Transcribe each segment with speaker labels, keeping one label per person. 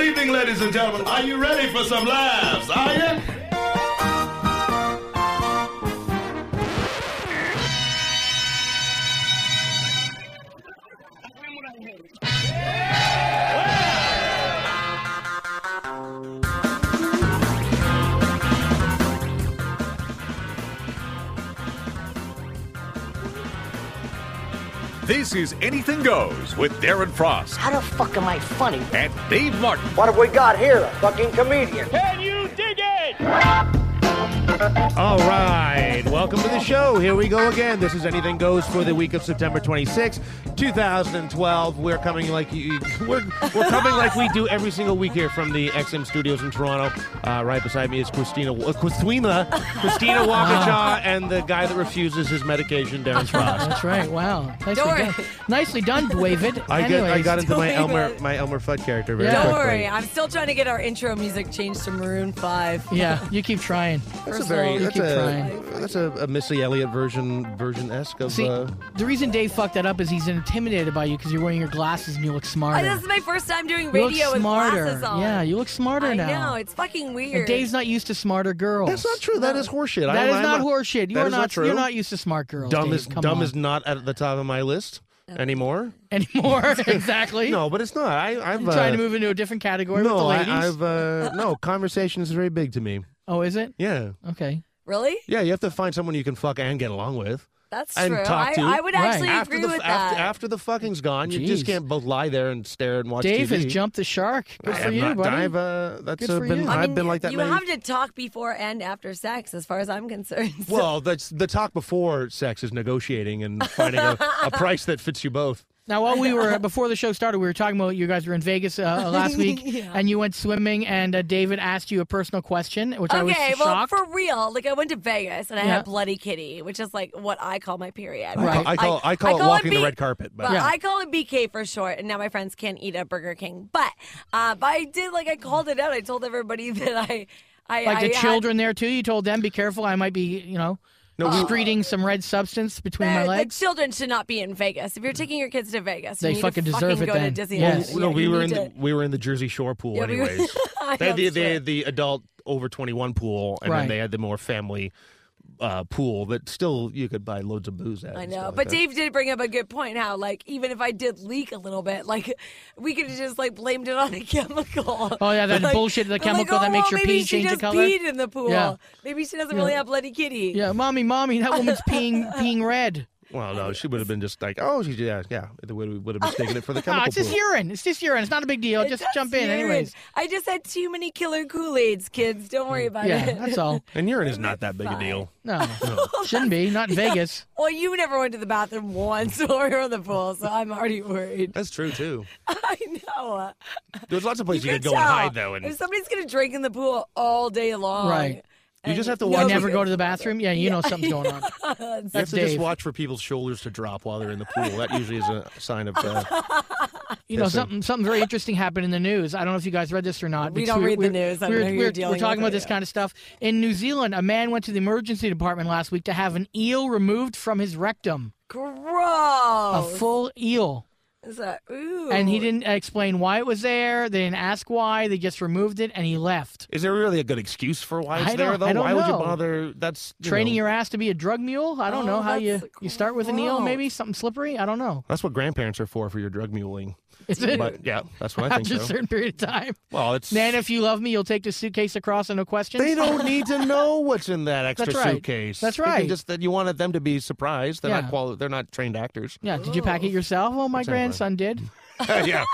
Speaker 1: evening, ladies and gentlemen. Are you ready for some laughs? Are you?
Speaker 2: This is Anything Goes with Darren Frost
Speaker 3: How the fuck am I funny?
Speaker 2: and Dave Martin.
Speaker 4: What have we got here? A fucking comedian.
Speaker 5: All right, welcome to the show. Here we go again. This is Anything Goes for the week of September 26, 2012. We're coming like you, we're, we're coming like we do every single week here from the XM studios in Toronto. Uh, right beside me is Christina uh, Christina Christina
Speaker 6: Oh.
Speaker 5: Wakacha and the guy that refuses his medication, Darren Frost.
Speaker 6: That's right. Wow. Nicely
Speaker 7: Dory.
Speaker 6: done. Nicely done, David.
Speaker 5: I get I
Speaker 6: Anyways.
Speaker 5: got into my
Speaker 7: Don't
Speaker 5: Elmer
Speaker 7: even-
Speaker 5: my Elmer Fudd character very
Speaker 6: Yeah.
Speaker 7: Don't
Speaker 5: quickly.
Speaker 7: worry, I'm still trying to get our intro music changed to Maroon 5.
Speaker 6: Yeah, you keep trying.
Speaker 5: That's a
Speaker 7: First
Speaker 5: very
Speaker 7: of all,
Speaker 5: that's
Speaker 6: keep
Speaker 5: a,
Speaker 6: trying.
Speaker 5: that's a, a Missy Elliott version version esque of
Speaker 6: See,
Speaker 5: uh,
Speaker 6: the reason Dave fucked that up is he's intimidated by you because you're wearing your glasses and you look
Speaker 7: Oh,
Speaker 6: smarter.
Speaker 7: this is my first time doing
Speaker 6: you
Speaker 7: radio
Speaker 6: look smarter.
Speaker 7: with glasses on.
Speaker 6: Yeah, you look smarter
Speaker 7: I
Speaker 6: now.
Speaker 7: know it's fucking weird.
Speaker 6: And Dave's not used to smarter girls.
Speaker 5: That's not true. That is horseshit. I-
Speaker 6: That is
Speaker 5: I'm
Speaker 6: not horseshit. You
Speaker 5: that
Speaker 6: are
Speaker 5: is
Speaker 6: not.
Speaker 5: true.
Speaker 6: You're not used to smart girls.
Speaker 5: dumb
Speaker 6: Dave.
Speaker 5: is
Speaker 6: Come
Speaker 5: dumb
Speaker 6: on.
Speaker 5: is not at the top of my list anymore.
Speaker 6: anymore. exactly.
Speaker 5: No, but it's not. I, I've
Speaker 6: You're trying
Speaker 5: uh,
Speaker 6: to move into a different category with the
Speaker 5: No, I,
Speaker 6: ladies.
Speaker 5: I've uh, no. Conversation is very big to me.
Speaker 6: Oh, is it?
Speaker 5: Yeah,
Speaker 6: Okay.
Speaker 7: really?
Speaker 5: yeah. You have to find someone you can fuck and get along with.
Speaker 7: That's
Speaker 5: And
Speaker 7: true.
Speaker 5: talk
Speaker 7: I,
Speaker 5: to.
Speaker 7: I would
Speaker 6: Right.
Speaker 7: actually
Speaker 5: after
Speaker 7: agree
Speaker 5: the
Speaker 7: with that.
Speaker 5: after, after the fucking's gone, you
Speaker 6: Jeez.
Speaker 5: just can't both lie there and stare and watch
Speaker 6: Dave has
Speaker 5: TV.
Speaker 6: jumped the shark. Good
Speaker 5: I
Speaker 6: for
Speaker 5: have
Speaker 6: you,
Speaker 5: not,
Speaker 6: buddy.
Speaker 5: I've, uh, that's
Speaker 6: Good
Speaker 5: uh,
Speaker 6: for
Speaker 5: been.
Speaker 6: you.
Speaker 5: I've
Speaker 6: I
Speaker 5: been like that.
Speaker 7: You
Speaker 5: many...
Speaker 7: have to talk before and after sex, as far as I'm concerned. So-
Speaker 5: Well, that's the talk before sex is negotiating and finding a, a price that fits you both.
Speaker 6: Now, while we were before the show started, we were talking about you guys were in Vegas uh, last week, and you went swimming, and uh, David asked you a personal question, which I was
Speaker 7: okay, well,
Speaker 6: shocked.
Speaker 7: for real. Like I went to Vegas and I
Speaker 6: Yeah.
Speaker 7: had Bloody Kitty, which is like what I call my period.
Speaker 6: Right.
Speaker 5: I call I, call it walking the red carpet. But
Speaker 7: But
Speaker 6: Yeah.
Speaker 7: I call it BK for short, and now my friends can't eat at Burger King. But, uh, but I did like I called it out. I told everybody that I, I
Speaker 6: like the
Speaker 7: I had-
Speaker 6: children there too, you told them, "Be careful, I might be, you know, excreting some red substance between my
Speaker 7: the-
Speaker 6: legs." Mm.
Speaker 7: The children should not be in Vegas. If you're taking your kids to Vegas,
Speaker 6: They
Speaker 7: you need
Speaker 6: fucking
Speaker 7: to
Speaker 6: deserve
Speaker 7: fucking
Speaker 6: it
Speaker 7: Go
Speaker 6: then.
Speaker 7: to Disneyland.
Speaker 6: Yes.
Speaker 5: no,
Speaker 7: Yeah,
Speaker 5: we
Speaker 7: you
Speaker 5: were in
Speaker 7: need
Speaker 5: the, we were in the Jersey Shore pool,
Speaker 7: Yeah, we were-
Speaker 5: anyways.
Speaker 7: I
Speaker 5: they had the,
Speaker 7: know, that's
Speaker 5: the
Speaker 7: right.
Speaker 5: the adult over twenty one pool, and
Speaker 6: Right.
Speaker 5: then they had the more family uh, pool that still you could buy loads of booze at.
Speaker 7: I
Speaker 5: and
Speaker 7: know,
Speaker 5: stuff like
Speaker 7: but
Speaker 5: that.
Speaker 7: Dave did bring up a good point. How like even if I did leak a little bit, like we could have just like blamed it on a chemical.
Speaker 6: Oh, yeah, that
Speaker 7: Like,
Speaker 6: bullshit, the
Speaker 7: like,
Speaker 6: chemical
Speaker 7: oh,
Speaker 6: that makes
Speaker 7: well,
Speaker 6: your
Speaker 7: maybe
Speaker 6: pee
Speaker 7: she
Speaker 6: change the
Speaker 7: just
Speaker 6: color.
Speaker 7: Peed in the pool.
Speaker 6: Yeah.
Speaker 7: Maybe she doesn't really have bloody kitty.
Speaker 6: yeah, mommy, mommy, that woman's peeing peeing red.
Speaker 5: Well, no, she would have been just like, oh, she, yeah, yeah. They would would have mistaken it for the
Speaker 6: Ah,
Speaker 5: chemical
Speaker 6: it's just
Speaker 5: pool.
Speaker 6: urine. It's just urine. It's not a big deal.
Speaker 7: It
Speaker 6: just
Speaker 7: does
Speaker 6: jump in,
Speaker 7: urine.
Speaker 6: anyways. Mm,
Speaker 7: I just had too many killer Kool Aids, kids. Don't worry about
Speaker 6: Yeah,
Speaker 7: it.
Speaker 6: that's all.
Speaker 5: and urine is not that big a deal.
Speaker 6: No, shouldn't be. Not in Vegas.
Speaker 7: Well, you never went to the bathroom once or in the pool, so I'm already worried.
Speaker 5: That's true too.
Speaker 7: I know.
Speaker 5: There's lots of places you, could go
Speaker 7: tell.
Speaker 5: and hide though, and
Speaker 7: if somebody's gonna drink in the pool all day long,
Speaker 6: Right.
Speaker 5: You just
Speaker 7: and
Speaker 5: have to
Speaker 7: no
Speaker 5: watch-
Speaker 6: I never go
Speaker 7: because-
Speaker 6: to the bathroom. Yeah, you know something's going on.
Speaker 5: you have to just
Speaker 6: Dave.
Speaker 5: watch for people's shoulders to drop while they're in the pool. That usually is a sign of. Uh,
Speaker 6: You know,
Speaker 5: Yes, sir.
Speaker 6: something something very interesting happened in the news. I don't know if you guys read this or not.
Speaker 7: We
Speaker 6: because
Speaker 7: don't
Speaker 6: were-
Speaker 7: read the
Speaker 6: were-
Speaker 7: news. I
Speaker 6: we were-
Speaker 7: know you're
Speaker 6: we were-
Speaker 7: dealing
Speaker 6: we're talking
Speaker 7: with
Speaker 6: about
Speaker 7: it,
Speaker 6: this
Speaker 7: yeah.
Speaker 6: kind of stuff. In New Zealand, a man went to the emergency department last week to have an eel removed from his rectum, a
Speaker 7: Gross.
Speaker 6: full eel.
Speaker 7: It's a- Oh. ooh.
Speaker 6: And he didn't explain why it was there. They didn't ask why. They just removed it and he left.
Speaker 5: Is there really a good excuse for why
Speaker 6: I
Speaker 5: it's there
Speaker 6: don't-
Speaker 5: though?
Speaker 6: I don't
Speaker 5: why would you
Speaker 6: know.
Speaker 5: bother? That's you
Speaker 6: Training
Speaker 5: know,
Speaker 6: your ass to be a drug mule? I don't
Speaker 7: Oh,
Speaker 6: know how you
Speaker 7: that's
Speaker 6: you start with an eel,
Speaker 7: gross.
Speaker 6: maybe something slippery. I don't know.
Speaker 5: That's what grandparents are for for your drug muling.
Speaker 6: Is it
Speaker 5: But yeah, that's what I think.
Speaker 6: after a
Speaker 5: So.
Speaker 6: certain period of time?
Speaker 5: Well, it's
Speaker 6: Nan, if you love me, you'll take the suitcase across and no questions.
Speaker 5: they don't need to know what's in that extra
Speaker 6: That's right.
Speaker 5: suitcase.
Speaker 6: That's
Speaker 5: They can
Speaker 6: right.
Speaker 5: Just that you wanted them to be surprised. They're
Speaker 6: Yeah.
Speaker 5: not quali- They're not trained actors.
Speaker 6: Yeah, did you pack it yourself? Oh, my
Speaker 5: Exactly.
Speaker 6: grandson did.
Speaker 5: yeah.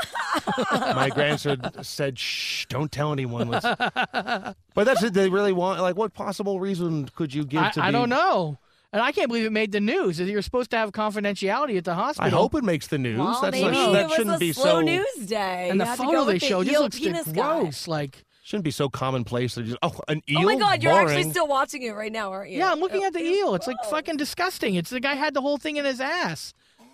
Speaker 5: My grandson said, "Shh, don't tell anyone." What's... But that's it. They really want. Like, what possible reason could you give
Speaker 6: I,
Speaker 5: to?
Speaker 6: I
Speaker 5: be-
Speaker 6: don't know. And I can't believe it made the news. You're supposed to have confidentiality at the hospital.
Speaker 5: I hope it makes the news.
Speaker 7: Well,
Speaker 5: that's
Speaker 7: maybe
Speaker 5: not,
Speaker 6: it
Speaker 5: that
Speaker 7: was
Speaker 5: shouldn't
Speaker 7: a
Speaker 5: be
Speaker 7: slow
Speaker 5: so
Speaker 7: news day.
Speaker 6: And the
Speaker 7: You had to
Speaker 6: photo
Speaker 7: go
Speaker 6: they
Speaker 7: with the
Speaker 6: showed
Speaker 7: eel
Speaker 6: just
Speaker 7: penis
Speaker 6: looked
Speaker 7: guy.
Speaker 6: gross. Like,
Speaker 5: shouldn't be so commonplace. They're just, oh, an eel.
Speaker 7: Oh my god, you're
Speaker 5: Boring.
Speaker 7: actually still watching it right now, aren't you?
Speaker 6: yeah, I'm looking at the eel. It's like fucking disgusting. It's the guy had the whole thing in his ass.
Speaker 7: Oh,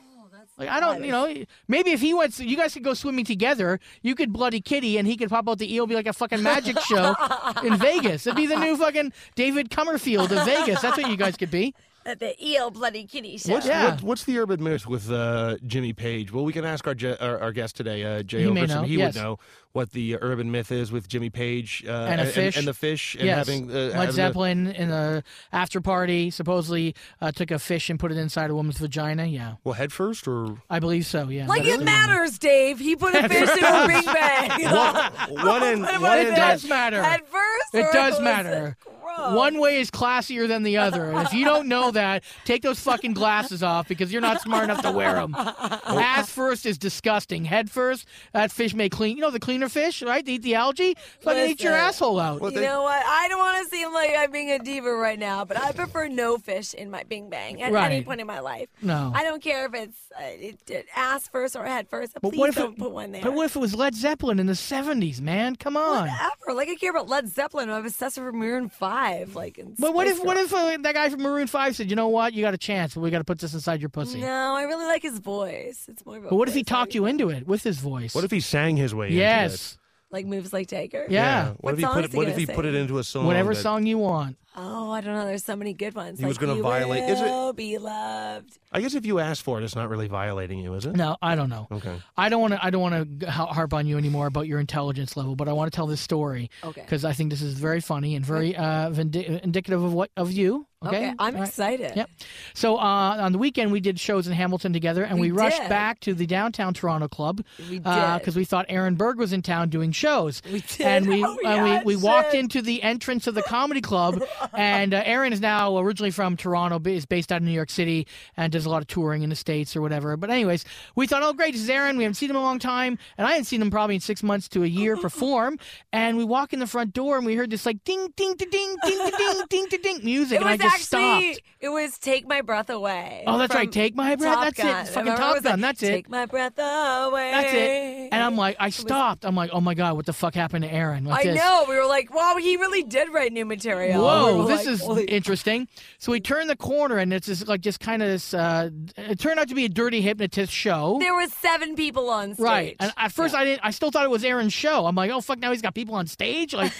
Speaker 6: Like I don't, you know, maybe if he went, you guys could go swimming together. You could bloody kitty, and he could pop out the eel, be like a fucking magic show in Vegas. It'd be the new fucking David Cummerfield of Vegas. That's what you guys could be.
Speaker 7: at the eel bloody kitty show.
Speaker 5: What's,
Speaker 6: Yeah.
Speaker 5: what- what's the urban myth with uh, Jimmy Page? Well, we can ask our Je- our, our guest today, uh, Jay
Speaker 6: He may
Speaker 5: Overson.
Speaker 6: know,
Speaker 5: He
Speaker 6: yes.
Speaker 5: would know what the urban myth is with Jimmy Page uh,
Speaker 6: And a fish.
Speaker 5: and, the fish, and
Speaker 6: yes.
Speaker 5: having uh,
Speaker 6: Led
Speaker 5: having the-
Speaker 6: Zeppelin in the after party supposedly uh, took a fish and put it inside a woman's vagina. Yeah,
Speaker 5: well, head first or
Speaker 6: I believe so. Yeah,
Speaker 7: Like
Speaker 6: That's-
Speaker 7: it matters, Dave. He put a fish in a ring bag.
Speaker 5: one in
Speaker 7: But
Speaker 5: one
Speaker 7: it
Speaker 5: in
Speaker 6: does matter.
Speaker 7: At first,
Speaker 6: It
Speaker 7: or
Speaker 6: does
Speaker 7: was
Speaker 6: matter.
Speaker 7: gross?
Speaker 6: One way is classier than the other. And if you don't know that, take those fucking glasses off because you're not smart enough to wear them.
Speaker 5: Oh.
Speaker 6: Ass first is disgusting. Head first, that fish may clean. You know the cleaner fish, right? They eat the algae. Fucking eat your
Speaker 7: Listen.
Speaker 6: asshole out.
Speaker 5: Well,
Speaker 7: You
Speaker 5: they-
Speaker 7: know what? I don't want to seem like I'm being a diva right now, but I prefer no fish in my Bing Bang at any
Speaker 6: Right.
Speaker 7: point in my life.
Speaker 6: No.
Speaker 7: I don't care if it's uh, it, it, ass first or head first. Please
Speaker 6: But what if
Speaker 7: don't
Speaker 6: it,
Speaker 7: put one there.
Speaker 6: But what if it was Led Zeppelin in the '70s, man? Come on.
Speaker 7: Whatever. Like I care about Led Zeppelin. I'm obsessed with Maroon Five. Like, and
Speaker 6: But what
Speaker 7: Spice
Speaker 6: if what
Speaker 7: Girls.
Speaker 6: if uh, that guy from Maroon Five said, "You know what? You got a chance, but we got to put this inside your pussy."
Speaker 7: No, I really like his voice. It's more. Of a
Speaker 6: But what if he
Speaker 7: voice,
Speaker 6: talked
Speaker 7: like-
Speaker 6: you into it with his voice?
Speaker 5: what if he sang his way?
Speaker 6: yes,
Speaker 7: Like moves like Tiger.
Speaker 6: Yeah.
Speaker 5: What,
Speaker 7: What
Speaker 5: if he
Speaker 7: song
Speaker 5: put
Speaker 7: is
Speaker 5: it,
Speaker 7: he
Speaker 5: what if
Speaker 7: gonna
Speaker 5: he put it
Speaker 7: sing?
Speaker 5: into a song?
Speaker 6: whatever
Speaker 5: that-
Speaker 6: song you want.
Speaker 7: Oh, I don't know. There's so many good ones.
Speaker 5: He was
Speaker 7: like,
Speaker 5: gonna
Speaker 7: "You
Speaker 5: violate- is it-
Speaker 7: will Be loved.
Speaker 5: I guess if you ask for it, it's not really violating you, is it?
Speaker 6: No, I don't know.
Speaker 5: Okay.
Speaker 6: I don't want to. I don't want to harp on you anymore about your intelligence level, but I want to tell this story.
Speaker 7: Okay.
Speaker 6: Because I think this is very funny and very uh, vindi- indicative of what of you. Okay.
Speaker 7: Okay, I'm
Speaker 6: All right.
Speaker 7: excited.
Speaker 6: Yep. So uh, on the weekend we did shows in Hamilton together, and
Speaker 7: We
Speaker 6: we, rushed
Speaker 7: did.
Speaker 6: back to the downtown Toronto club
Speaker 7: We did.
Speaker 6: because we thought Aaron Berg was in town doing shows.
Speaker 7: We did.
Speaker 6: And we
Speaker 7: Oh,
Speaker 6: and
Speaker 7: yeah,
Speaker 6: we, we walked
Speaker 7: shit.
Speaker 6: into the entrance of the comedy club, and uh, Aaron is now originally from Toronto, but is based out of New York City, and does a lot of touring in the states or whatever. But anyways, we thought, oh great, this is Aaron. We haven't seen him in a long time, and I hadn't seen him probably in six months to a year perform. And we walk in the front door, and we heard this like ding ding ding ding ding ding ding ding ding music,
Speaker 7: It
Speaker 6: and I
Speaker 7: was
Speaker 6: just
Speaker 7: actually
Speaker 6: stopped.
Speaker 7: it was take my breath away.
Speaker 6: Oh, that's
Speaker 7: from
Speaker 6: right. Take my breath.
Speaker 7: Top
Speaker 6: That's it.
Speaker 7: Gun.
Speaker 6: Fucking
Speaker 7: Remember? It
Speaker 6: Top
Speaker 7: was like,
Speaker 6: Gun. That's it.
Speaker 7: Take my breath away.
Speaker 6: That's it. And I'm like, I stopped. I'm like, oh my god, what the fuck happened to Aaron? Like
Speaker 7: I
Speaker 6: this.
Speaker 7: know. We were like, wow, he really did write new material. We
Speaker 6: Whoa,
Speaker 7: were
Speaker 6: this
Speaker 7: like,
Speaker 6: is
Speaker 7: holy-
Speaker 6: interesting. So we turn the corner, and it's just like just kind of this. Uh, it turned out to be a dirty hypnotist show.
Speaker 7: There was seven people on stage.
Speaker 6: Right, and at first I didn't. I still thought it was Aaron's show. I'm like, oh fuck! Now he's got people on stage. Like,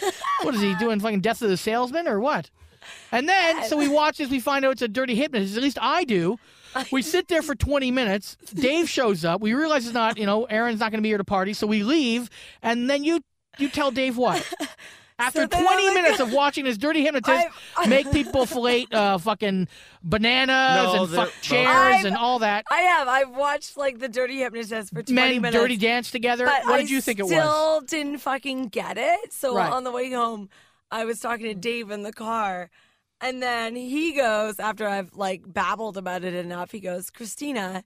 Speaker 6: what is he doing? Fucking Death of the Salesman or what? And then, so we watch as we find out it's a dirty hypnotist. At least I do. We sit there for 20 minutes. Dave shows up. We realize it's not. You know, Aaron's not going to be here to party, so we leave. And then you you tell Dave what. After
Speaker 7: So then
Speaker 6: 20
Speaker 7: I'm like-
Speaker 6: minutes of watching this dirty hypnotist
Speaker 7: I've-
Speaker 6: make people fillet uh, fucking bananas
Speaker 5: No,
Speaker 6: and
Speaker 5: they're-
Speaker 6: fuck chairs
Speaker 7: I've-
Speaker 6: and all that,
Speaker 7: I have. I've watched like the Dirty Hypnotist for 20
Speaker 6: men
Speaker 7: minutes.
Speaker 6: dirty dance together.
Speaker 7: but
Speaker 6: what
Speaker 7: I
Speaker 6: did you think it was?
Speaker 7: Still didn't fucking get it. So
Speaker 6: Right.
Speaker 7: on the way home, I was talking to Dave in the car, and then he goes after I've like babbled about it enough. He goes, Christina,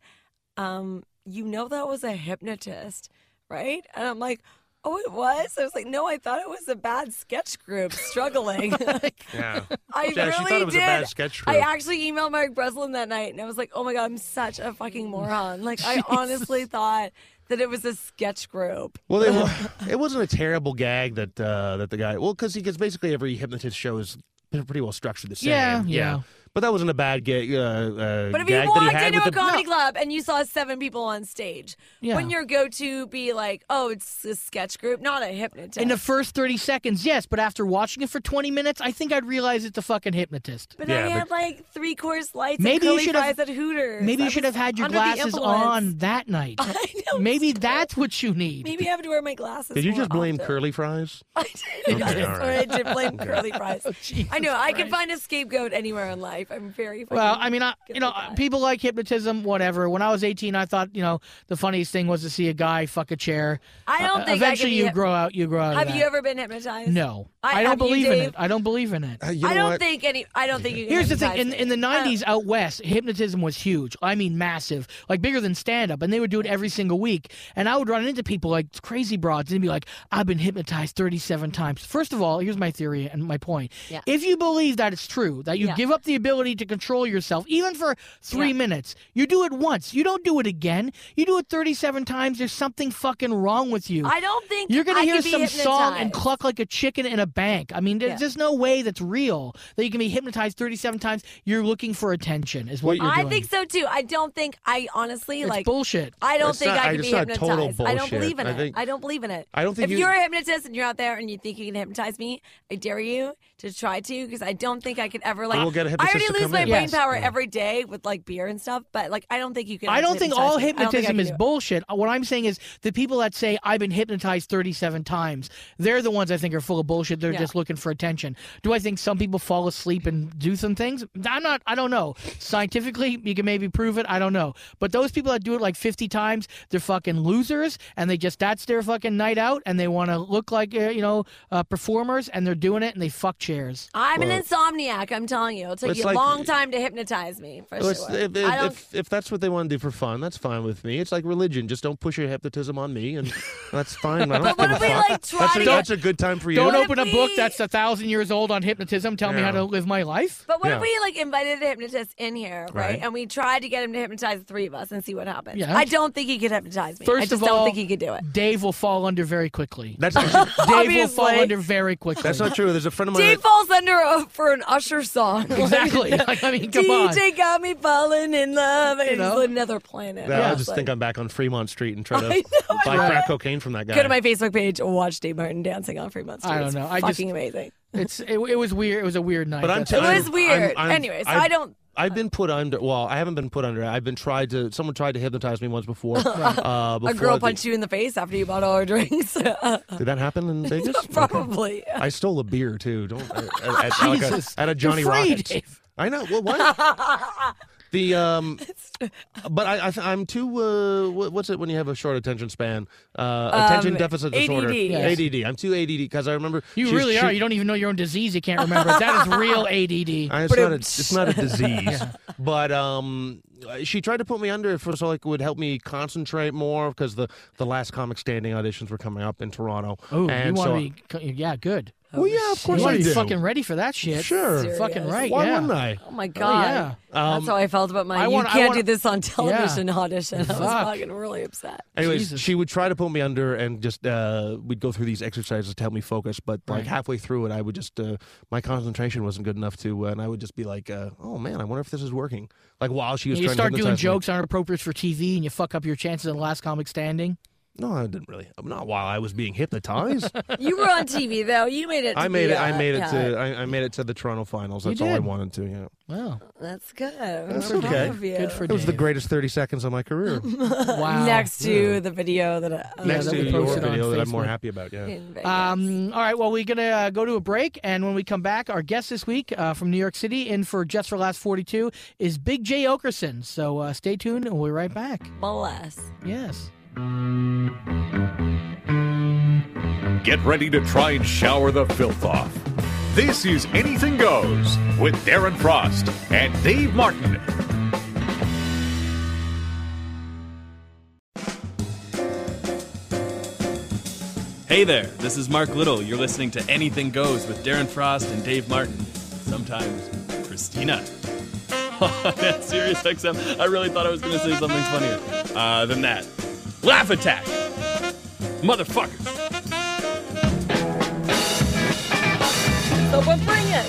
Speaker 7: um, you know that was a hypnotist, right? And I'm like. Oh, it was. I was like, no, I thought it was a bad sketch group struggling.
Speaker 5: Yeah.
Speaker 7: I
Speaker 5: Yeah,
Speaker 7: really
Speaker 5: she thought it was a
Speaker 7: did.
Speaker 5: bad sketch
Speaker 7: I
Speaker 5: group.
Speaker 7: actually emailed Mark Breslin that night, and I was like, "Oh my god, I'm such a fucking moron!" Like, I honestly thought that it was a sketch group.
Speaker 5: Well, they were, it wasn't a terrible gag that uh, that the guy. Well, because because basically every hypnotist show is pretty well structured the same.
Speaker 6: Yeah, yeah.
Speaker 5: But that wasn't a bad gag. Uh, uh,
Speaker 7: But if
Speaker 5: gag
Speaker 7: you
Speaker 5: that he
Speaker 7: walked
Speaker 5: had
Speaker 7: into a
Speaker 5: with the,
Speaker 7: comedy club and you saw seven people on stage,
Speaker 6: Yeah.
Speaker 7: wouldn't your go-to be like, "Oh, it's a sketch group, not a hypnotist"?
Speaker 6: In the first 30 seconds, yes, but after watching it for 20 minutes, I think I'd realize it's a fucking hypnotist.
Speaker 7: but I
Speaker 5: Yeah,
Speaker 7: had like three course lights
Speaker 6: Maybe you
Speaker 7: and curly
Speaker 6: should have-
Speaker 7: fries at Hooters.
Speaker 6: Maybe
Speaker 7: I
Speaker 6: you should
Speaker 7: was
Speaker 6: have had your
Speaker 7: under the
Speaker 6: glasses
Speaker 7: influence.
Speaker 6: on that night.
Speaker 7: I know.
Speaker 6: Maybe that's what you need.
Speaker 7: Maybe I have to wear my glasses.
Speaker 5: Did you
Speaker 7: more
Speaker 5: just blame
Speaker 7: often.
Speaker 5: curly fries?
Speaker 7: I did.
Speaker 5: Okay,
Speaker 7: Yes,
Speaker 5: all right.
Speaker 7: or I did blame curly fries.
Speaker 6: Oh,
Speaker 7: I know. I can find a scapegoat anywhere in life. I'm very.
Speaker 6: Well,
Speaker 7: fucking
Speaker 6: I mean, I,
Speaker 7: good
Speaker 6: you know,
Speaker 7: like that.
Speaker 6: people like hypnotism, whatever. When I was 18, I thought, you know, the funniest thing was to see a guy fuck a chair. Uh,
Speaker 7: I don't think I could
Speaker 6: eventually
Speaker 7: be
Speaker 6: you
Speaker 7: hyp-
Speaker 6: grow out. You grow out. of
Speaker 7: Have
Speaker 6: that.
Speaker 7: you ever been hypnotized?
Speaker 6: No,
Speaker 7: I-
Speaker 6: I, don't
Speaker 7: have you,
Speaker 6: believe in
Speaker 7: Dave?
Speaker 6: it. I don't believe in it.
Speaker 5: you know
Speaker 7: I don't
Speaker 5: what?
Speaker 7: think any. I don't think you. Can
Speaker 6: Here's the thing:
Speaker 7: hypnotize Uh,
Speaker 6: in,
Speaker 7: me.
Speaker 6: in the
Speaker 7: I don't-
Speaker 6: '90s out west, hypnotism was huge. I mean, massive, like bigger than stand-up, and they would do it every single week. And I would run into people like crazy broads and be like, "I've been hypnotized 37 times." First of all, here's my theory and my point:
Speaker 7: Yeah.
Speaker 6: if you believe that it's true, that you
Speaker 7: Yeah.
Speaker 6: give up the ability to control yourself, even for three
Speaker 7: Yeah.
Speaker 6: minutes, you do it once, you don't do it again. You do it 37 times. There's something fucking wrong with you.
Speaker 7: Uh, I don't think
Speaker 6: You're gonna
Speaker 7: I
Speaker 6: hear
Speaker 7: could be
Speaker 6: some song and
Speaker 7: hypnotized.
Speaker 6: cluck like a chicken in a bank. I mean, there's
Speaker 7: Yeah.
Speaker 6: just no way that's real that you can be hypnotized 37 times. You're looking for attention, is what
Speaker 5: Well,
Speaker 6: you're
Speaker 7: I
Speaker 6: doing.
Speaker 7: think so too. I don't think I honestly
Speaker 6: It's
Speaker 7: like.
Speaker 6: bullshit.
Speaker 7: I don't
Speaker 5: It's
Speaker 7: think
Speaker 5: not-
Speaker 7: I
Speaker 5: I-
Speaker 7: can
Speaker 5: it's
Speaker 7: be
Speaker 5: not total
Speaker 7: hypnotized. I don't
Speaker 5: bullshit.
Speaker 7: believe in
Speaker 5: I
Speaker 7: it.
Speaker 5: think-
Speaker 7: I don't believe in it.
Speaker 5: I don't think
Speaker 7: if
Speaker 5: you-
Speaker 7: are a hypnotist and you're out there and you think you can hypnotize me, I dare you to try to because I don't think I could ever like.
Speaker 5: We'll get a
Speaker 7: I
Speaker 5: hypnotist
Speaker 7: already
Speaker 5: to
Speaker 7: lose
Speaker 5: come
Speaker 7: my
Speaker 5: in.
Speaker 7: brain
Speaker 6: Yes.
Speaker 7: power every day with like beer and stuff, but like I don't think you can.
Speaker 6: I don't think
Speaker 7: hypnotize
Speaker 6: all
Speaker 7: me. I don't think I
Speaker 6: hypnotism
Speaker 7: can
Speaker 6: is
Speaker 7: do it.
Speaker 6: bullshit. Uh, What I'm saying is the people that say I've been hypnotized 37 times, they're the ones I think are full of bullshit. They're
Speaker 7: Yeah.
Speaker 6: just looking for attention. Do I think some people fall asleep and do some things? I'm not. I don't know. Scientifically, you can maybe prove it. I don't know. But those people that do it like 50 times, they're fucking losers, and they just that's their fucking night out, and they want to look like uh, you know uh, performers, and they're doing it, and they fuck chairs.
Speaker 7: I'm an insomniac. I'm telling you, it'll take
Speaker 5: It's
Speaker 7: you a
Speaker 5: like-
Speaker 7: long time to hypnotize me. For
Speaker 5: Well, it's-
Speaker 7: sure.
Speaker 5: if,
Speaker 7: I
Speaker 5: if,
Speaker 7: don't.
Speaker 5: if, if that's what they want to do for fun, that's fine with me. It's like religion. Just don't push your hypnotism on me, and that's fine. I don't
Speaker 7: But what
Speaker 5: give a
Speaker 7: if we,
Speaker 5: fuck.
Speaker 7: like, try
Speaker 5: that's,
Speaker 7: to
Speaker 5: a,
Speaker 7: get-
Speaker 5: that's a good time for you.
Speaker 6: Don't
Speaker 7: What if
Speaker 6: open a book
Speaker 7: we-
Speaker 6: that's a thousand years old on hypnotism. Tell me how
Speaker 5: Yeah.
Speaker 6: to live my life.
Speaker 7: But what
Speaker 5: Yeah.
Speaker 7: if we like invited a hypnotist in here, right?
Speaker 5: Right.
Speaker 7: And we tried to get him to hypnotize the three of us and see what happens.
Speaker 6: Yeah.
Speaker 7: I don't think he could hypnotize me.
Speaker 6: First
Speaker 7: I just
Speaker 6: of
Speaker 7: don't
Speaker 6: all,
Speaker 7: think he could do it.
Speaker 6: Dave will fall under very quickly.
Speaker 5: That's not true.
Speaker 6: Dave will fall
Speaker 7: Obviously.
Speaker 6: under very quickly.
Speaker 5: that's not true. There's a friend of mine.
Speaker 7: Dave falls under a, for an Usher song.
Speaker 6: Exactly. Like, I mean, come on.
Speaker 7: DJ got me falling in love. And
Speaker 6: You
Speaker 7: it's
Speaker 6: know?
Speaker 7: another planet.
Speaker 5: that
Speaker 7: I
Speaker 5: I
Speaker 7: was
Speaker 5: just
Speaker 7: like,
Speaker 5: think I'm back on Fremont Street and try to
Speaker 7: I know.
Speaker 5: buy crack cocaine from that guy.
Speaker 7: Go to my Facebook page and watch Dave Martin dancing on Fremont Street.
Speaker 6: I don't
Speaker 7: It's
Speaker 6: know. I
Speaker 7: fucking
Speaker 6: just-
Speaker 7: amazing.
Speaker 6: It's it, it was weird. It was a weird night.
Speaker 5: But I'm
Speaker 6: That's-
Speaker 5: telling
Speaker 7: It was weird. Anyway, so I don't-
Speaker 5: I've been put under. Well, I haven't been put under. I've been tried to. Someone tried to hypnotize me once before. uh, before
Speaker 7: A girl
Speaker 5: the-
Speaker 7: punched you in the face after you bought all her drinks.
Speaker 5: Did that happen in Vegas? Okay.
Speaker 7: Probably.
Speaker 5: I stole a beer too. Don't uh, at, at, at, like a,
Speaker 6: Jesus.
Speaker 5: at a Johnny
Speaker 6: You're free,
Speaker 5: Rockets.
Speaker 6: Dave.
Speaker 5: I know. Well, what? the um, but I, I th- I'm too. Uh, wha- what's it when you have a short attention span? Uh, attention deficit disorder.
Speaker 7: ADD. Yes.
Speaker 5: ADD. I'm too ADD because I remember
Speaker 6: you
Speaker 5: she was
Speaker 6: really
Speaker 5: shoot-
Speaker 6: are. You don't even know your own disease. You can't remember. it. that is real ADD.
Speaker 5: I- it's, not a, it's not a disease, but um, she tried to put me under it for so like it would help me concentrate more because the, the last Comic Standing auditions were coming up in Toronto.
Speaker 6: oh, you
Speaker 5: and
Speaker 6: want
Speaker 5: so,
Speaker 6: to be? co- Yeah, good.
Speaker 5: Well, yeah, of
Speaker 6: You
Speaker 5: course
Speaker 6: want
Speaker 5: I
Speaker 6: to be
Speaker 5: do.
Speaker 6: fucking ready for that shit.
Speaker 5: Sure.
Speaker 6: You're fucking
Speaker 7: Serious.
Speaker 6: right.
Speaker 5: Why
Speaker 6: yeah.
Speaker 5: wouldn't I?
Speaker 7: Oh my god! That's how I felt about my.
Speaker 6: I wanna-
Speaker 7: you
Speaker 6: I
Speaker 7: can't
Speaker 6: wanna-
Speaker 7: do this on television audition. I was
Speaker 6: Fuck.
Speaker 7: fucking really upset.
Speaker 5: Anyways,
Speaker 6: Jesus.
Speaker 5: she would try to put me under and just uh, we'd go through these exercises to help me focus. But like halfway through it, I would just uh, my concentration wasn't good enough to, uh, and I would just be like, uh, "Oh man, I wonder if this is working." Like while she was
Speaker 6: You
Speaker 5: trying
Speaker 6: start
Speaker 5: to
Speaker 6: doing
Speaker 5: hypnotize me.
Speaker 6: jokes aren't appropriate for TV, and you fuck up your chances in the last comic standing.
Speaker 5: No, I didn't really. Not while I was being hypnotized.
Speaker 7: You were on TV though. You made it. To
Speaker 5: I made
Speaker 7: the,
Speaker 5: it. I
Speaker 7: uh,
Speaker 5: made it
Speaker 7: yeah.
Speaker 5: to. I, I made it to the Toronto finals. That's
Speaker 6: You
Speaker 5: all I
Speaker 6: did.
Speaker 5: wanted to. Yeah,
Speaker 6: Wow,
Speaker 7: That's good. That's
Speaker 5: okay.
Speaker 6: good for
Speaker 5: it was the
Speaker 6: Dave.
Speaker 5: greatest thirty seconds of my career.
Speaker 6: Wow.
Speaker 7: Next to the video that. I,
Speaker 5: Next
Speaker 6: that
Speaker 5: to
Speaker 6: we
Speaker 5: your
Speaker 6: posted on
Speaker 5: video that I'm more
Speaker 6: Facebook.
Speaker 5: happy about. Yeah.
Speaker 7: in Vegas.
Speaker 6: Um, all right, well, we're going to uh, go to a break. And when we come back, our guest this week uh, from New York City in for Just for Last 42 is Big J Okerson. So uh, stay tuned and we'll be right back.
Speaker 7: Bless.
Speaker 6: Yes.
Speaker 2: Get ready to try and shower the filth off. This is Anything Goes with Darren Frost and Dave Martin.
Speaker 3: Hey there, this is Mark Little. You're listening to Anything Goes with Darren Frost and Dave Martin. Sometimes Christina. That's serious XM. I really thought I was going to say something funnier uh, than that. Laugh attack! Motherfuckers!
Speaker 7: So but bring it,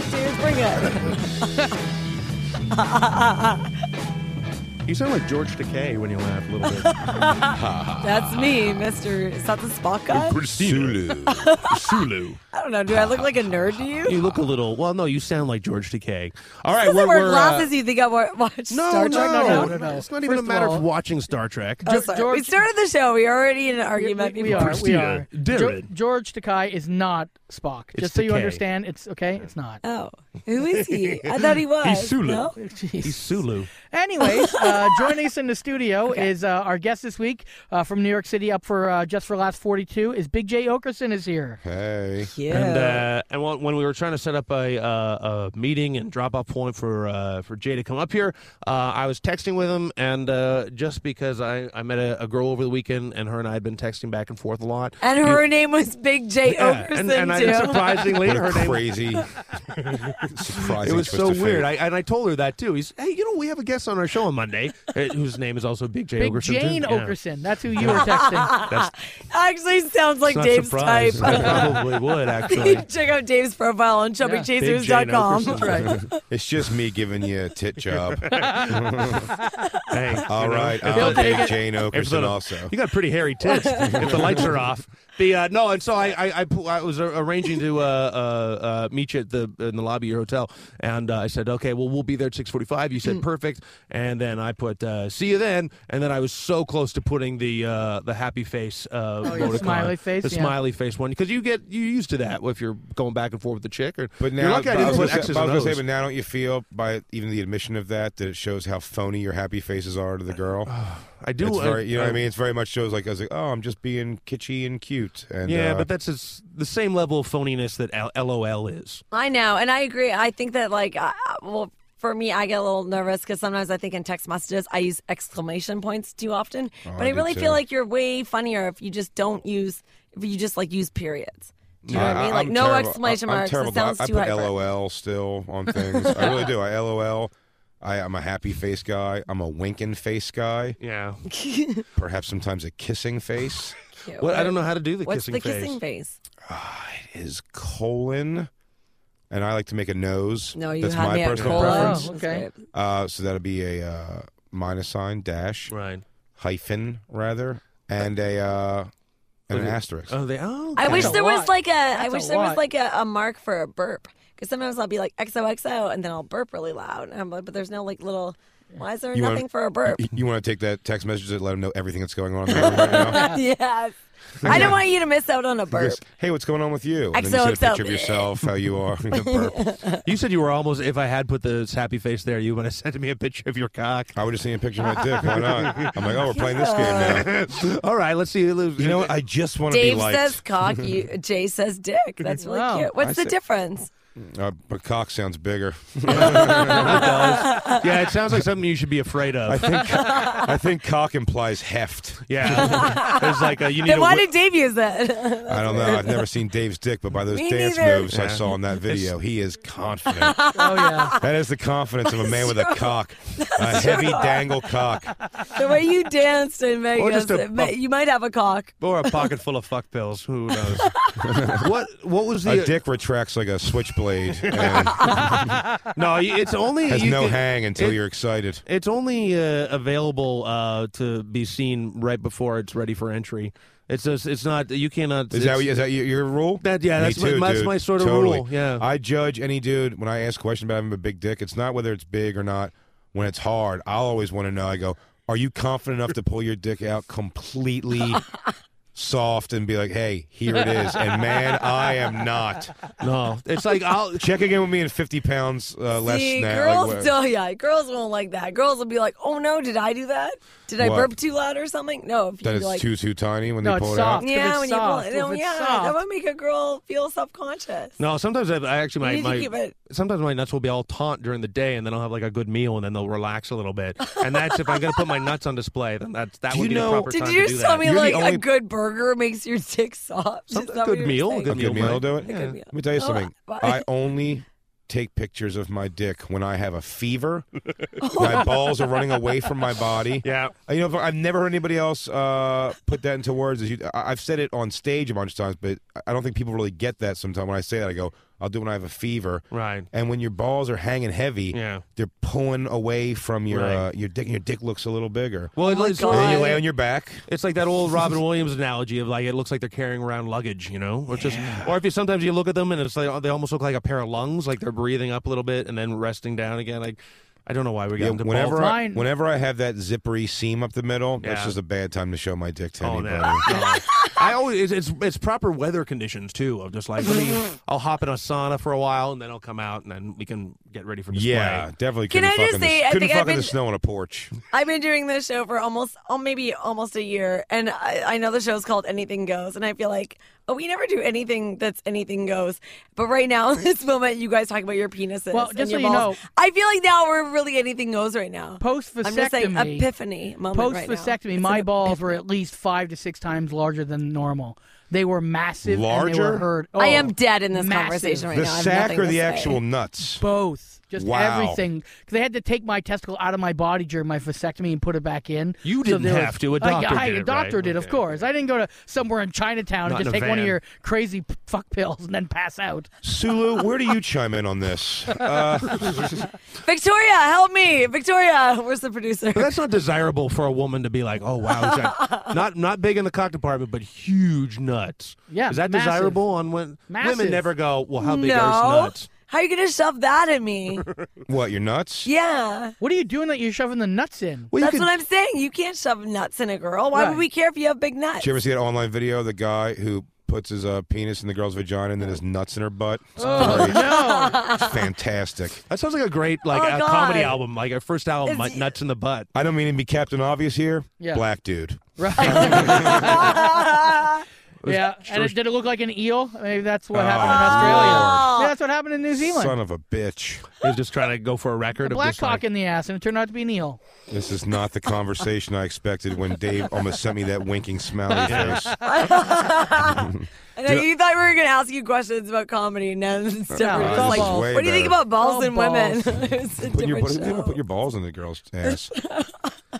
Speaker 7: dude. Bring it.
Speaker 5: You sound like George Takei when you laugh a little bit.
Speaker 7: That's me, Mister. Is that the Spock guy?
Speaker 2: Sulu. Sulu.
Speaker 7: I don't know. Do I look like a nerd to you?
Speaker 5: you look a little. Well, no, you sound like George Takei. All right,
Speaker 7: Doesn't
Speaker 5: we're,
Speaker 7: wear
Speaker 5: we're,
Speaker 7: glasses.
Speaker 5: Uh,
Speaker 7: you think I wa- watch
Speaker 5: no,
Speaker 7: Star Trek?
Speaker 5: no,
Speaker 6: No, no, no.
Speaker 5: It's not even
Speaker 6: First of
Speaker 5: a matter of,
Speaker 6: all-
Speaker 5: watching Star Trek.
Speaker 7: Oh, sorry. we
Speaker 6: George-
Speaker 7: started the show. We already in an
Speaker 6: We,
Speaker 7: argument.
Speaker 6: we- we are. We
Speaker 5: Christina,
Speaker 6: are.
Speaker 5: do
Speaker 6: Geo-
Speaker 5: it.
Speaker 6: George Takai is not Spock.
Speaker 5: It's
Speaker 6: Just so you
Speaker 5: Takei.
Speaker 6: understand, it's okay. It's not.
Speaker 7: Oh, who is he? I thought he was.
Speaker 5: He's Sulu. uh,
Speaker 7: No?
Speaker 5: He's Sulu.
Speaker 6: Anyways, uh, joining us in the studio is uh, our guest this week uh, from New York City, up for uh, Just for Last 42, is Big J Okerson is here.
Speaker 8: Hey.
Speaker 7: Yeah.
Speaker 5: And uh, and when- when we were trying to set up a uh, a meeting and drop off point for uh, for Jay to come up here, uh, I was texting with him, and uh, just because I, I met a, a girl over the weekend, and her and I had been texting back and forth a lot.
Speaker 7: And her name was Big J
Speaker 5: Yeah,
Speaker 7: Okerson
Speaker 5: and, and I,
Speaker 7: too.
Speaker 5: surprisingly,
Speaker 8: What a
Speaker 5: her name
Speaker 8: crazy, surprising
Speaker 5: It was
Speaker 8: twist
Speaker 5: so
Speaker 8: of fate.
Speaker 5: weird. I, and I told her that too. He's, hey, you know, we have a guest guest on our show on Monday, uh, whose name is also Big J
Speaker 6: Big
Speaker 5: Ogerson. too.
Speaker 6: Jane
Speaker 5: Yeah.
Speaker 6: Ogerson. That's who you were texting.
Speaker 7: Actually, sounds like
Speaker 5: It's not
Speaker 7: Dave's
Speaker 5: surprised.
Speaker 7: type.
Speaker 5: I probably would actually.
Speaker 7: Check out Dave's profile on
Speaker 5: Big Jane
Speaker 7: chubbychasers.com.
Speaker 5: Ogerson.
Speaker 8: It's just me giving you a tit job.
Speaker 5: Hey,
Speaker 8: All
Speaker 5: you know,
Speaker 8: right, uh,
Speaker 5: if
Speaker 8: I'll
Speaker 5: the-
Speaker 8: take Jane
Speaker 5: if
Speaker 8: Okerson
Speaker 5: the-
Speaker 8: also.
Speaker 5: You got pretty hairy tits if the lights are off. The uh, no, and so I I, I, pu- I was uh, arranging to uh, uh, uh, meet you at the in the lobby of your hotel, and uh, I said, okay, well we'll be there at six forty five. You
Speaker 8: Hmm.
Speaker 5: said perfect, and then I put uh, see you then, and then I was so close to putting the uh, the happy face uh,
Speaker 6: yeah,
Speaker 5: emoticon,
Speaker 6: Oh, smiley face,
Speaker 5: the
Speaker 6: yeah.
Speaker 5: smiley face one, because you get you used to that if you're going back and forth with the chick. Or,
Speaker 8: But now,
Speaker 5: you're lucky I didn't
Speaker 8: was
Speaker 5: put
Speaker 8: gonna say-
Speaker 5: X's
Speaker 8: but I was
Speaker 5: and
Speaker 8: gonna
Speaker 5: O's.
Speaker 8: say, but now don't you feel by even the admission of that that it shows how phony your happy faces are to the girl?
Speaker 5: I do. uh,
Speaker 8: It's
Speaker 5: Oh, I-
Speaker 8: very, you know what I mean? It's very much shows like I was like, oh, I'm just being kitschy and cute. And
Speaker 5: Yeah,
Speaker 8: uh,
Speaker 5: but that's as- the same level of phoniness that L- LOL is.
Speaker 7: I know, and I agree. I think that like, I, I- well, for me, I get a little nervous because sometimes I think in text messages I use exclamation points too often.
Speaker 5: Oh,
Speaker 7: but I,
Speaker 8: I do
Speaker 7: really
Speaker 8: too.
Speaker 7: feel like you're way funnier if you just don't use if you just like use periods. Do you know what I mean?
Speaker 8: I'm
Speaker 7: Like no
Speaker 8: terrible-
Speaker 7: exclamation
Speaker 8: I'm
Speaker 7: marks.
Speaker 8: terrible.
Speaker 7: It sounds
Speaker 8: I, I
Speaker 7: too
Speaker 8: put
Speaker 7: hyper.
Speaker 8: LOL still on things. I really do. I LOL. I, I'm a happy face guy. I'm a winking face guy.
Speaker 5: Yeah.
Speaker 8: Perhaps sometimes a kissing face.
Speaker 7: Cute.
Speaker 5: Well, I don't know how to do the
Speaker 7: What's
Speaker 5: kissing
Speaker 7: the
Speaker 5: face.
Speaker 7: kissing face?
Speaker 8: Is colon, and I like to make a nose.
Speaker 7: No, you
Speaker 8: That's
Speaker 7: had
Speaker 8: my
Speaker 7: me at
Speaker 8: personal
Speaker 7: colon.
Speaker 8: preference.
Speaker 6: Oh, okay.
Speaker 8: Uh, so that'll be a uh, minus sign, dash,
Speaker 5: Right.
Speaker 8: hyphen, rather, and a uh, and an asterisk.
Speaker 5: Oh, they. Oh.
Speaker 7: I
Speaker 5: okay.
Speaker 7: wish
Speaker 6: That's a
Speaker 7: there was
Speaker 6: lot.
Speaker 7: like a. I
Speaker 6: That's
Speaker 7: wish
Speaker 6: a
Speaker 7: there was
Speaker 6: lot.
Speaker 7: like a, a mark for a burp because sometimes I'll be like XOXO and then I'll burp really loud. And I'm like, but there's no like little. Why is there
Speaker 8: You wanna-
Speaker 7: nothing for a burp?
Speaker 8: You- You want to take that text message and let them know everything that's going on in the room right now?
Speaker 7: yes. I don't want you to miss out on a burp.
Speaker 8: Just, hey, what's going on with you? And then you send a
Speaker 7: XOXO.
Speaker 8: picture of yourself, how you are. you know, burp.
Speaker 5: you said you were almost. If I had put this happy face there, you would have sent me a picture of your cock.
Speaker 8: I would just see a picture of my dick. Why not? I'm like, oh, we're playing this game now.
Speaker 5: All right, let's see.
Speaker 8: You know what? I just want to be
Speaker 7: Dave
Speaker 8: liked.
Speaker 7: says cock. You, Jay says dick. That's really
Speaker 6: Wow.
Speaker 7: cute. What's
Speaker 8: I
Speaker 7: the
Speaker 8: see.
Speaker 7: difference?
Speaker 8: Uh, but cock sounds bigger.
Speaker 5: yeah, it sounds like something you should be afraid
Speaker 8: I
Speaker 5: of.
Speaker 8: think I think cock implies heft.
Speaker 5: Yeah, it's like uh you need.
Speaker 7: Then
Speaker 5: a
Speaker 7: why
Speaker 5: wi-
Speaker 7: did Dave use that?
Speaker 8: I don't know. I've never seen Dave's dick, but by those
Speaker 7: Me
Speaker 8: dance
Speaker 7: neither.
Speaker 8: moves I saw in that video, he is confident.
Speaker 6: Oh yeah.
Speaker 8: that is the confidence of a man with a cock, a heavy dangle cock,
Speaker 7: the way you danced in Vegas,
Speaker 5: just a-
Speaker 7: it ma- you might have a cock.
Speaker 5: or a pocket full of fuck pills. Who knows? what? What was the?
Speaker 8: a dick retracts like a switchblade, and
Speaker 5: No, you- it's only
Speaker 8: has
Speaker 5: you
Speaker 8: no
Speaker 5: can-
Speaker 8: hang until
Speaker 5: it-
Speaker 8: you're excited.
Speaker 5: It's only uh, available uh, to be seen right before it's ready for entry. It's just, it's not you cannot.
Speaker 8: Is
Speaker 5: it's-
Speaker 8: that is that your, your rule?
Speaker 5: That- yeah,
Speaker 8: Me
Speaker 5: that's my-
Speaker 8: too,
Speaker 5: that's
Speaker 8: dude.
Speaker 5: my sort of
Speaker 8: Totally.
Speaker 5: rule, yeah.
Speaker 8: I judge any dude when I ask questions about having a big dick. It's not whether it's big or not. When it's hard, I always want to know. I go, are you confident enough to pull your dick out completely? Soft and be like, hey, here it is, and man, I am not.
Speaker 5: no? It's like I'll
Speaker 8: Check again with me in fifty pounds uh, less.
Speaker 7: See,
Speaker 8: now.
Speaker 7: girls
Speaker 8: Like, what-
Speaker 7: don't. Yeah, girls won't like that. Girls will be like, "Oh no, did I do that? Did I
Speaker 8: What?
Speaker 7: burp too loud or something?" No, if you
Speaker 8: That
Speaker 7: be
Speaker 8: it's
Speaker 7: like,
Speaker 8: too too tiny when
Speaker 6: No,
Speaker 8: they
Speaker 6: it's
Speaker 8: pull it
Speaker 6: soft.
Speaker 8: out.
Speaker 6: If
Speaker 7: yeah,
Speaker 6: it's
Speaker 7: when
Speaker 6: soft,
Speaker 7: you
Speaker 6: if
Speaker 7: pull it, no,
Speaker 6: it's
Speaker 7: yeah, that
Speaker 6: soft.
Speaker 7: would make a girl feel self-conscious.
Speaker 5: No, sometimes I, I actually my,
Speaker 7: need to
Speaker 5: my
Speaker 7: keep it-
Speaker 5: sometimes my nuts will be all taut during the day, and then I'll have like a good meal, and then they'll relax a little bit. And that's if I'm going to put my nuts on display, then that's that
Speaker 8: Do
Speaker 5: would be
Speaker 8: you know-
Speaker 5: the proper
Speaker 7: Did
Speaker 5: time
Speaker 7: you
Speaker 5: to
Speaker 7: just
Speaker 5: do
Speaker 7: tell
Speaker 5: that.
Speaker 7: me
Speaker 8: You're the
Speaker 7: like
Speaker 8: only-
Speaker 7: a good burger makes your dick soft? Is
Speaker 5: Some-
Speaker 7: that what
Speaker 5: good
Speaker 7: you're
Speaker 5: meal,
Speaker 7: saying?
Speaker 5: good
Speaker 8: A good
Speaker 5: meal
Speaker 8: meal will
Speaker 5: might-
Speaker 8: do it.
Speaker 7: yeah.
Speaker 8: Let me tell you
Speaker 7: Oh,
Speaker 8: something.
Speaker 7: why-
Speaker 8: I only take pictures of my dick when I have a fever. my balls are running away from my body.
Speaker 5: Yeah.
Speaker 8: Uh, You know, I've never heard anybody else uh, put that into words. As you, I- I've said it on stage a bunch of times, but I don't think people really get that. Sometimes when I say that, I go, "I'll do it when I have a fever."
Speaker 5: Right.
Speaker 8: And when your balls are hanging heavy,
Speaker 5: Yeah.
Speaker 8: they're pulling away from your
Speaker 5: Right.
Speaker 8: uh, your dick. and Your dick looks a little bigger.
Speaker 5: Well,
Speaker 7: Oh my
Speaker 5: it's,
Speaker 8: and then you
Speaker 7: God.
Speaker 8: lay on your back.
Speaker 5: it's like that old Robin Williams analogy of like it looks like they're carrying around luggage, you know, or just or if you sometimes you look at them and it's like oh, they almost look like a pair of lungs, like they're breathing up a little bit and then resting down again. Like I don't know why we got
Speaker 8: Yeah,
Speaker 5: into
Speaker 8: whenever
Speaker 5: Baltimore.
Speaker 8: I,
Speaker 6: Mine-
Speaker 8: whenever I have that zippery seam up the middle, that's
Speaker 5: Yeah.
Speaker 8: just a bad time to show my dick to
Speaker 5: Oh,
Speaker 8: anybody.
Speaker 5: man. No. I always it's, it's it's proper weather conditions too. Of just like let me, I'll hop in a sauna for a while and then I'll come out and then we can get ready for display.
Speaker 8: Yeah, definitely.
Speaker 7: Can
Speaker 8: couldn't
Speaker 7: I just
Speaker 8: fuck in the-
Speaker 7: say, I
Speaker 8: couldn't
Speaker 7: think
Speaker 8: fuck
Speaker 7: I've
Speaker 8: in the
Speaker 7: been-
Speaker 8: snow on a porch.
Speaker 7: I've been doing this show for almost, oh, maybe almost a year, and I, I know the show's called Anything Goes, and I feel like oh, we never do anything that's anything goes. But right now, in this moment, you guys talk about your penises.
Speaker 6: Well,
Speaker 7: and
Speaker 6: just
Speaker 7: your
Speaker 6: so you
Speaker 7: balls.
Speaker 6: know-
Speaker 7: I feel like now we're really anything goes right now.
Speaker 6: Post vasectomy.
Speaker 7: I'm just saying epiphany moment
Speaker 6: Post
Speaker 7: right now.
Speaker 6: vasectomy,
Speaker 7: It's
Speaker 6: my
Speaker 7: an
Speaker 6: balls
Speaker 7: epiphany.
Speaker 6: were at least five to six times larger than normal. They were massive. And they
Speaker 8: Larger?
Speaker 6: were heard.
Speaker 7: I
Speaker 6: Oh,
Speaker 7: am dead in this
Speaker 6: massive.
Speaker 7: conversation right
Speaker 8: the
Speaker 7: now. I have
Speaker 8: sack
Speaker 7: nothing
Speaker 8: or
Speaker 7: to
Speaker 8: the
Speaker 7: say.
Speaker 8: actual nuts?
Speaker 6: Both. Just
Speaker 8: Wow.
Speaker 6: everything. 'Cause they had to take my testicle out of my body during my vasectomy and put it back in.
Speaker 5: You
Speaker 6: So
Speaker 5: didn't
Speaker 6: there was-
Speaker 5: have to. A
Speaker 6: I-
Speaker 5: doctor
Speaker 6: I,
Speaker 5: did
Speaker 6: a
Speaker 5: it,
Speaker 6: doctor
Speaker 5: right?
Speaker 6: did, of
Speaker 5: Okay,
Speaker 6: course. I didn't go to somewhere in Chinatown
Speaker 5: Not
Speaker 6: and
Speaker 5: in
Speaker 6: just
Speaker 5: a
Speaker 6: take one of
Speaker 5: van.
Speaker 6: your crazy p- fuck pills and then pass out.
Speaker 8: Sulu, where do you chime in on this? Uh,
Speaker 7: Victoria, help me. Victoria, where's the producer?
Speaker 5: But that's not desirable for a woman to be like, oh wow, he's got- not not big in the cock department, but huge nuts.
Speaker 6: Yeah,
Speaker 5: is that
Speaker 6: massive.
Speaker 5: desirable? On when
Speaker 6: Massive.
Speaker 5: women never go, well, how big are his
Speaker 7: no.
Speaker 5: nuts?
Speaker 7: How are you going to shove that at me?
Speaker 8: what, your nuts?
Speaker 7: yeah.
Speaker 6: What are you doing that you're shoving the nuts in?
Speaker 5: Well, you
Speaker 7: That's
Speaker 5: could-
Speaker 7: what I'm saying. You can't shove nuts in a girl. Why
Speaker 6: Right.
Speaker 7: would we care if you have big nuts?
Speaker 8: Did you ever see that online video of the guy who puts his uh, penis in the girl's vagina and then his nuts in her butt? It's great.
Speaker 6: no.
Speaker 8: It's fantastic.
Speaker 5: that sounds like a great like
Speaker 7: Oh,
Speaker 5: a
Speaker 7: God.
Speaker 5: comedy album, like a first album,
Speaker 7: It's-
Speaker 5: like nuts in the butt.
Speaker 8: I don't mean to be Captain Obvious here.
Speaker 6: Yeah.
Speaker 8: Black dude.
Speaker 6: Yeah. And it, did it look like an eel? Maybe that's what
Speaker 8: Oh,
Speaker 6: happened in Australia. Maybe that's what happened in New Zealand.
Speaker 8: Son of a bitch.
Speaker 5: He was just trying to go for a record of
Speaker 6: Black
Speaker 5: just like,
Speaker 6: cock in the ass, and it turned out to be an eel.
Speaker 8: This is not the conversation I expected when Dave almost sent me that winking smiley face.
Speaker 7: I know you thought we were going to ask you questions about comedy, and now it's different.
Speaker 6: No,
Speaker 7: It's
Speaker 6: this
Speaker 7: like,
Speaker 6: is
Speaker 8: way
Speaker 7: what do you think
Speaker 8: better.
Speaker 7: about balls
Speaker 6: Oh,
Speaker 7: and
Speaker 6: balls.
Speaker 7: women? it's a
Speaker 8: Put your,
Speaker 7: different
Speaker 8: put, they
Speaker 7: show.
Speaker 8: will put your balls in the girl's ass.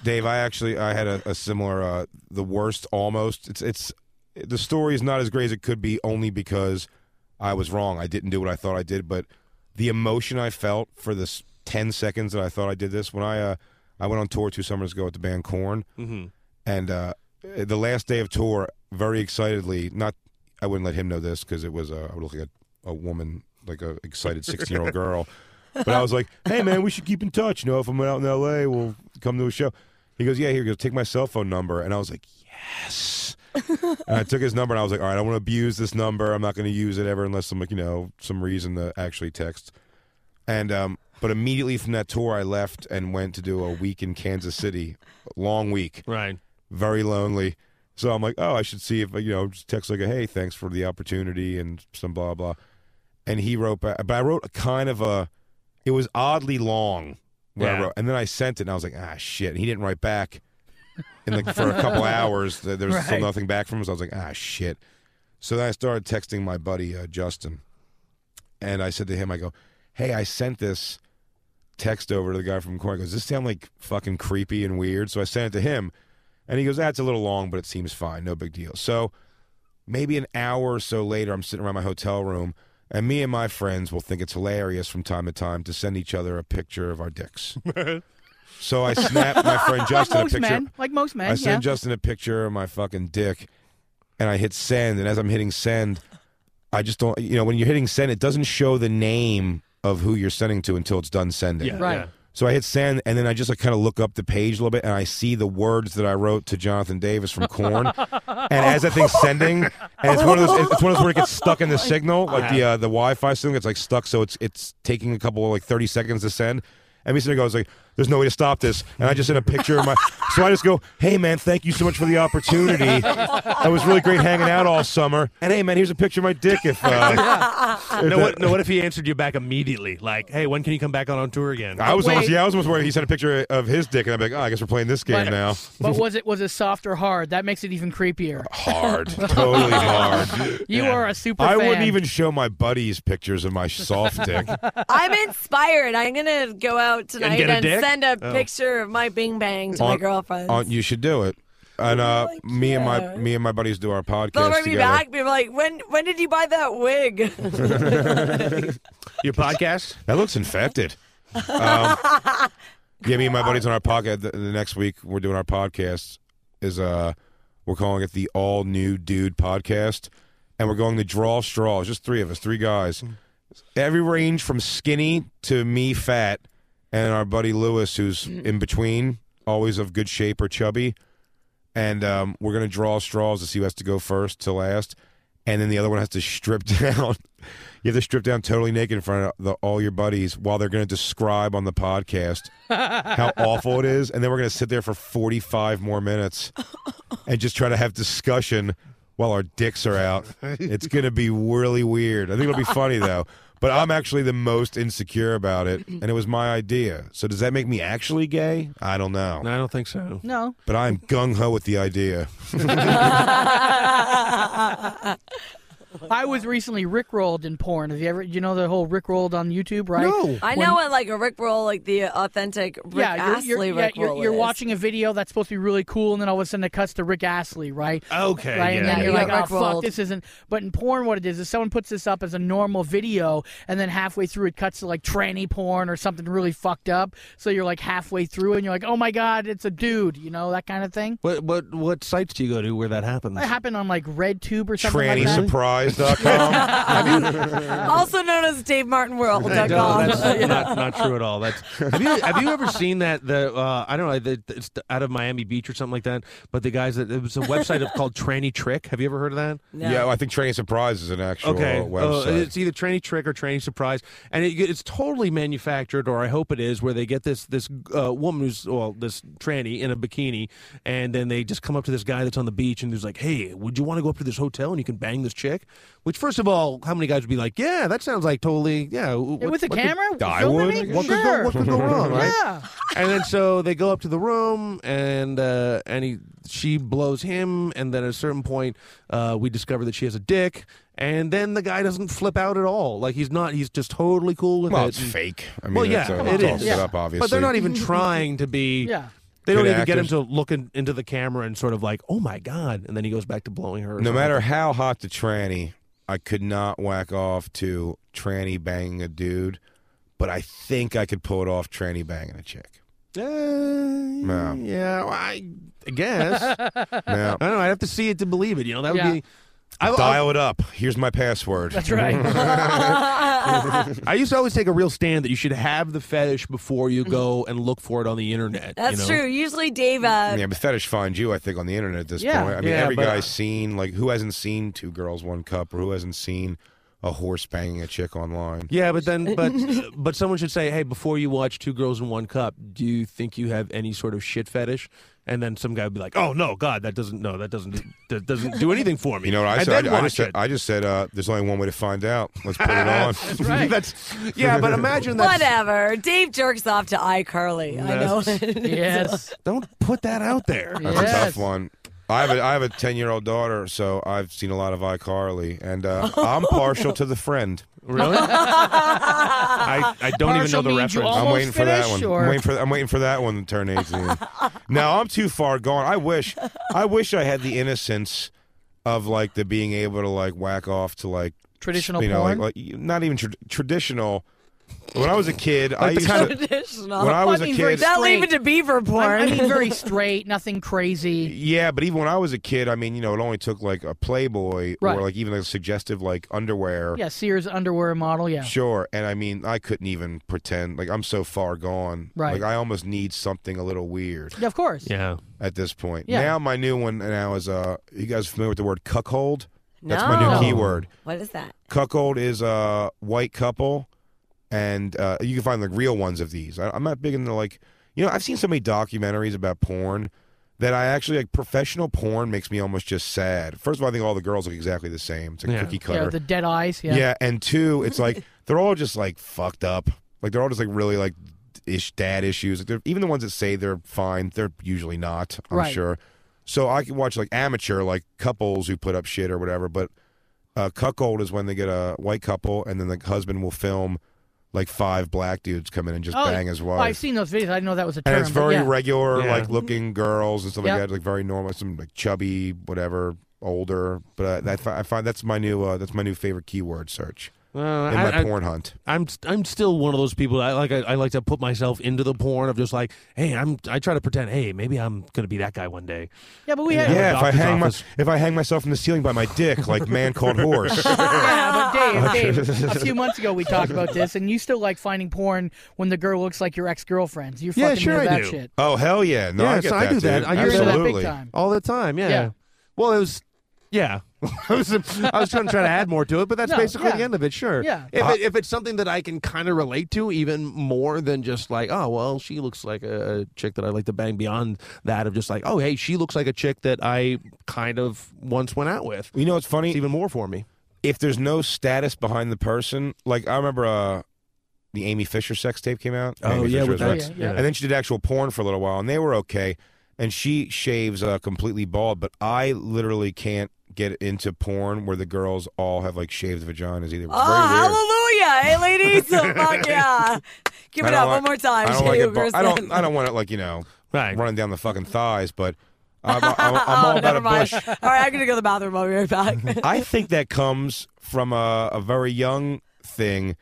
Speaker 8: Dave, I actually I had a, a similar uh, the worst almost. It's it's the story is not as great as it could be only because I was wrong. I didn't do what I thought I did, but the emotion I felt for this ten seconds that I thought I did this when I uh, I went on tour two summers ago with the band Corn,
Speaker 7: Mm-hmm.
Speaker 8: and uh, the last day of tour, very excitedly. Not I wouldn't let him know this because it was uh, I was looking at a woman like a excited sixteen year old girl. But I was like, "Hey, man, we should keep in touch. You know, if I'm out in L.A., we'll come to a show." He goes, "Yeah, here, he goes, take my cell phone number." And I was like, "Yes." and I took his number, and I was like, "All right, I want to abuse this number. I'm not going to use it ever unless some, like, you know, some reason to actually text." And um, but immediately from that tour, I left and went to do a week in Kansas City, long week
Speaker 5: right.
Speaker 8: very lonely. So I'm like, oh, I should see if you know, just text like, hey, thanks for the opportunity and some blah blah. And he wrote back, but I wrote a kind of a, it was oddly long. What I
Speaker 5: Yeah.
Speaker 8: wrote, and then I sent it, and I was like, ah, shit. And he didn't write back. And like for a couple hours, th- there was still
Speaker 6: Right.
Speaker 8: nothing back from him. So I was like, ah, shit. So then I started texting my buddy uh, Justin, and I said to him, I go, hey, I sent this text over to the guy from Corn. Goes, this sound like fucking creepy and weird. So I sent it to him, and he goes, that's a little long, but it seems fine, no big deal. So maybe an hour or so later, I'm sitting around my hotel room, and me and my friends will think it's hilarious from time to time to send each other a picture of our dicks. so I snapped my friend Justin a
Speaker 6: Most
Speaker 8: picture.
Speaker 6: men, like most men,
Speaker 8: I
Speaker 6: yeah.
Speaker 8: sent Justin a picture of my fucking dick, and I hit send. And as I'm hitting send, I just don't. You know, when you're hitting send, it doesn't show the name of who you're sending to until it's done sending.
Speaker 5: Yeah,
Speaker 6: Right.
Speaker 5: yeah.
Speaker 8: So I hit send, and then I just like, kind of look up the page a little bit, and I see the words that I wrote to Jonathan Davis from Corn. and as that thing's sending, and it's one of those, it's one of those where it gets stuck in the signal, like the uh, the Wi-Fi signal. It's like stuck, so it's it's taking a couple like thirty seconds to send. And me sitting there goes like, "There's no way to stop this," and I just sent a picture of my. So I just go, "Hey man, thank you so much for the opportunity. That was really great hanging out all summer. And hey man, here's a picture of my dick. If, uh, if
Speaker 5: No,
Speaker 8: that-
Speaker 5: what, no, what if he answered you back immediately? Like, hey, when can you come back out on tour again?
Speaker 8: I was almost
Speaker 6: Wait.
Speaker 8: yeah, I was almost worried. He sent a picture of his dick, and I'm like, oh, I guess we're playing this game
Speaker 6: But-
Speaker 8: now.
Speaker 6: but was it was it soft or hard? That makes it even creepier.
Speaker 8: Hard, totally hard.
Speaker 6: You
Speaker 5: Yeah.
Speaker 6: are a super.
Speaker 8: Oh, I
Speaker 6: fan.
Speaker 8: wouldn't even show my buddies pictures of my soft dick.
Speaker 7: I'm inspired. I'm going to go out tonight
Speaker 5: get a
Speaker 7: and
Speaker 5: dick?
Speaker 7: send a
Speaker 8: Oh.
Speaker 7: picture of my bing bang to my
Speaker 8: Aunt-
Speaker 7: girlfriend.
Speaker 8: Aunt, you should do it. And uh,
Speaker 7: Really
Speaker 8: me and my
Speaker 7: cute.
Speaker 8: me and my buddies do our podcast
Speaker 7: They'll bring me
Speaker 8: together.
Speaker 7: back. Be like, when when did you buy that wig?
Speaker 5: Your podcast?
Speaker 8: That looks infected. Um, yeah, me and my buddies on our podcast. The, the next week we're doing our podcast is uh we're calling it the All New Dude Podcast, and we're going to draw straws. Just three of us, three guys, every range from skinny to me fat, and our buddy Lewis, who's in between, always of good shape or chubby. And um, we're gonna draw straws to see who has to go first to last, and then the other one has to strip down. You have to strip down totally naked in front of the, all your buddies while they're going to describe on the podcast how awful it is. And then we're going to sit there for 45 more minutes and just try to have discussion while our dicks are out. It's going to be really weird. I think it'll be funny, though. But I'm actually the most insecure about it, and it was my idea. So does that make me actually gay? I don't know.
Speaker 5: I don't think so.
Speaker 6: No.
Speaker 8: But I'm gung ho with the idea.
Speaker 6: I was recently rickrolled in porn. Have you ever, you know, the whole rickrolled on YouTube, right?
Speaker 5: No.
Speaker 7: I know what like a Rickroll, like the authentic Rick
Speaker 6: yeah,
Speaker 7: Astley
Speaker 6: you're, you're, yeah,
Speaker 7: Rickroll.
Speaker 6: you're, you're
Speaker 7: is.
Speaker 6: watching a video that's supposed to be really cool, and then all of a sudden it cuts to Rick Astley, right?
Speaker 5: Okay.
Speaker 6: right? and
Speaker 5: yeah,
Speaker 6: then
Speaker 5: yeah.
Speaker 6: you're
Speaker 7: yeah.
Speaker 6: like,
Speaker 7: Rick
Speaker 6: oh, fuck,
Speaker 7: rolled.
Speaker 6: this isn't. But in porn, what it is is someone puts this up as a normal video, and then halfway through it cuts to like tranny porn or something really fucked up. So you're like halfway through, and you're like, oh my god, it's a dude, you know, that kind of thing.
Speaker 5: What what what sites do you go to where that happens?
Speaker 6: That happened on like RedTube or something like that.
Speaker 8: TrannySurprise.com.
Speaker 7: also known as
Speaker 5: No, that's
Speaker 7: DaveMartinWorld.com.
Speaker 5: not, not true at all. That's have you have you ever seen that the uh, I don't know the, it's out of Miami Beach or something like that? But the guys that it was a website of called Tranny Trick. Have you ever heard of that?
Speaker 7: No.
Speaker 8: yeah, I think Tranny Surprise is an actual
Speaker 5: Okay,
Speaker 8: website.
Speaker 5: Uh, it's either Tranny Trick or Tranny Surprise, and it, it's totally manufactured, or I hope it is, where they get this this uh, woman who's well this tranny in a bikini, and then they just come up to this guy that's on the beach, and there's like, hey, would you want to go up to this hotel and you can bang this chick? Which, first of all, how many guys would be like, yeah, that sounds like totally yeah. w-
Speaker 6: Yeah,
Speaker 5: what-
Speaker 6: With a
Speaker 5: what could-
Speaker 6: camera,
Speaker 8: I
Speaker 6: filming
Speaker 8: would.
Speaker 6: me?
Speaker 5: what could,
Speaker 6: sure.
Speaker 5: go, what could go wrong, right?
Speaker 6: Yeah.
Speaker 5: and then so they go up to the room and uh, and he she blows him and then at a certain point uh, we discover that she has a dick and then the guy doesn't flip out at all like he's not he's just totally cool with
Speaker 8: well,
Speaker 5: it
Speaker 8: it's
Speaker 5: and-
Speaker 8: fake. I mean,
Speaker 5: well yeah
Speaker 8: it's, uh,
Speaker 5: it
Speaker 8: it's all
Speaker 5: is.
Speaker 8: set up, obviously.
Speaker 5: but they're not even trying to be
Speaker 6: Yeah.
Speaker 5: they don't
Speaker 8: Good
Speaker 5: even get him
Speaker 8: actors.
Speaker 5: to look in, into the camera and sort of like oh my god and then he goes back to blowing her or
Speaker 8: No
Speaker 5: something.
Speaker 8: matter how hot the tranny, I could not whack off to tranny banging a dude, but I think I could pull it off tranny banging a chick.
Speaker 5: Uh, yeah well, I I guess I
Speaker 8: Now,
Speaker 5: don't know I'd have to see it to believe it you know that would
Speaker 6: Yeah.
Speaker 5: be I, I,
Speaker 8: dial it up. Here's my password.
Speaker 6: That's right.
Speaker 5: I used to always take a real stand that you should have the fetish before you go and look for it on the internet. you
Speaker 7: That's
Speaker 5: know?
Speaker 7: true. Usually Dave uh,
Speaker 8: Yeah, but fetish finds you, I think, on the internet at this
Speaker 6: Yeah.
Speaker 8: point. I mean,
Speaker 5: Yeah,
Speaker 8: every
Speaker 5: but-
Speaker 8: guy's seen, like, who hasn't seen Two Girls, One Cup, or who hasn't seen a horse banging a chick online?
Speaker 5: Yeah, but then, but but someone should say, hey, before you watch Two Girls in One Cup, do you think you have any sort of shit fetish? And then some guy would be like, oh no, God, that doesn't, no, that doesn't, that doesn't do anything for me.
Speaker 8: You know what I
Speaker 5: and
Speaker 8: said?
Speaker 5: Then
Speaker 8: I, I
Speaker 5: watch
Speaker 8: just said,
Speaker 5: it.
Speaker 8: I just said uh, there's only one way to find out. Let's put it on.
Speaker 6: right.
Speaker 5: That's yeah, but imagine that.
Speaker 7: whatever. Dave jerks off to iCarly. I know it.
Speaker 6: yes.
Speaker 5: Don't put that out there.
Speaker 8: That's
Speaker 6: Yes.
Speaker 8: a tough one. I have a I have a ten year old daughter, so I've seen a lot of iCarly, and uh, I'm partial to the friend.
Speaker 5: Really? I, I don't even
Speaker 6: Partial
Speaker 5: know the
Speaker 6: means you
Speaker 5: reference.
Speaker 6: all-
Speaker 8: I'm waiting for that
Speaker 6: finished,
Speaker 8: one.
Speaker 6: or-
Speaker 8: I'm waiting for I'm waiting for that one to turn eighteen. now I'm too far gone. I wish I wish I had the innocence of like the being able to like whack off to like
Speaker 6: Traditional
Speaker 8: you know,
Speaker 6: porn.
Speaker 8: like, like not even tra- traditional. When I was a kid, I
Speaker 5: the
Speaker 8: used
Speaker 5: kind
Speaker 8: to.
Speaker 7: Traditional.
Speaker 8: When I was a
Speaker 6: mean, very
Speaker 8: kid,
Speaker 7: Not leave it
Speaker 6: straight.
Speaker 7: to Beaver porn.
Speaker 6: I mean, very straight, nothing crazy.
Speaker 8: Yeah, but even when I was a kid, I mean, you know, it only took like a Playboy
Speaker 6: Right.
Speaker 8: or like even a suggestive like underwear.
Speaker 6: Yeah, Sears underwear model. Yeah.
Speaker 8: Sure, and I mean, I couldn't even pretend like I'm so far gone.
Speaker 6: Right.
Speaker 8: Like I almost need something a little weird
Speaker 6: Yeah, of course.
Speaker 5: Yeah.
Speaker 8: at this point.
Speaker 6: Yeah.
Speaker 8: Now my new one now is uh, you guys familiar with the word cuckold? That's my
Speaker 7: No.
Speaker 8: new keyword.
Speaker 7: what is that?
Speaker 8: Cuckold is a white couple, and uh, you can find like real ones of these. I, I'm not big into like, you know, I've seen so many documentaries about porn that I actually like professional porn makes me almost just sad. First of all, I think all the girls look exactly the same. It's a
Speaker 5: Yeah.
Speaker 8: cookie
Speaker 6: Yeah,
Speaker 8: cutter.
Speaker 6: the dead eyes. Yeah.
Speaker 8: Yeah. and two, it's like they're all just like fucked up. Like they're all just like really like ish dad issues. Like they're, even the ones that say they're fine, they're usually not. I'm
Speaker 6: Right.
Speaker 8: sure. So I can watch like amateur like couples who put up shit or whatever, but uh, cuckold is when they get a white couple and then the husband will film like five black dudes come in and just
Speaker 6: Oh,
Speaker 8: bang his
Speaker 6: well,
Speaker 8: wife.
Speaker 6: I've seen those videos. I didn't know that was a term.
Speaker 8: and it's
Speaker 6: but
Speaker 8: very
Speaker 6: yeah. Mm-hmm.
Speaker 8: regular,
Speaker 5: Yeah.
Speaker 8: like looking girls and stuff like
Speaker 6: Yep.
Speaker 8: that, like very normal. Some like chubby, whatever, older. But uh, that, I find that's my new uh, that's my new favorite keyword search
Speaker 5: Uh,
Speaker 8: in
Speaker 5: I-
Speaker 8: my
Speaker 5: I-
Speaker 8: porn hunt.
Speaker 5: I'm I'm still one of those people. I like I, I like to put myself into the porn of just like, hey, I'm I try to pretend, hey, maybe I'm gonna be that guy one day.
Speaker 6: Yeah, but we
Speaker 5: Yeah.
Speaker 6: had. Yeah.
Speaker 8: Yeah, if I
Speaker 5: doctor's
Speaker 8: hang my,
Speaker 5: office.
Speaker 8: if I hang myself from the ceiling by my dick, like man called horse.
Speaker 6: but Dave, Dave, a few months ago we talked about this, and you still like finding porn when the girl looks like your ex girlfriend. You
Speaker 5: Yeah,
Speaker 6: fucking
Speaker 5: sure
Speaker 6: knew
Speaker 5: I
Speaker 6: that
Speaker 5: do.
Speaker 6: shit.
Speaker 8: oh hell yeah! No,
Speaker 5: Yeah,
Speaker 8: I get
Speaker 5: so I
Speaker 8: that,
Speaker 5: do that.
Speaker 8: dude.
Speaker 5: I
Speaker 6: You're into that
Speaker 8: Absolutely.
Speaker 6: big time.
Speaker 5: All the time, yeah.
Speaker 6: Yeah.
Speaker 5: Well, it was, yeah. I was I was trying to try to add more to it, but that's
Speaker 6: No,
Speaker 5: basically
Speaker 6: yeah.
Speaker 5: the end of it. Sure.
Speaker 6: Yeah.
Speaker 5: If, it, if it's something that I can kind of relate to, even more than just like, oh well, she looks like a, a chick that I like to bang. Beyond that, of just like, oh hey, she looks like a chick that I kind of once went out with.
Speaker 8: You know what's funny?
Speaker 5: It's even more for me.
Speaker 8: if there's no status behind the person, like I remember uh, the Amy Fisher sex tape came out.
Speaker 3: Oh,
Speaker 8: Amy
Speaker 3: yeah,
Speaker 8: Fisher
Speaker 3: with
Speaker 8: was
Speaker 3: that-
Speaker 8: right.
Speaker 6: Yeah, yeah.
Speaker 8: And then she did actual porn for a little while, and they were okay. And she shaves uh, completely bald, but I literally can't get into porn where the girls all have like shaved vaginas either. It's
Speaker 7: Oh,
Speaker 8: very weird.
Speaker 7: hallelujah. Hey, ladies. Fuck yeah. Give
Speaker 8: I
Speaker 7: it
Speaker 8: don't
Speaker 7: up
Speaker 8: like-
Speaker 7: one more time.
Speaker 8: I don't like
Speaker 7: Shea
Speaker 8: it. bald. I
Speaker 7: Gerson.
Speaker 8: don't. I don't want it like you know
Speaker 5: Right.
Speaker 8: running down the fucking thighs, but. I'm, I'm, I'm
Speaker 7: oh,
Speaker 8: all about
Speaker 7: never
Speaker 8: a
Speaker 7: mind.
Speaker 8: bush.
Speaker 7: All right, I'm going to go to the bathroom. I'll be right back.
Speaker 8: I think that comes from a, a very young thing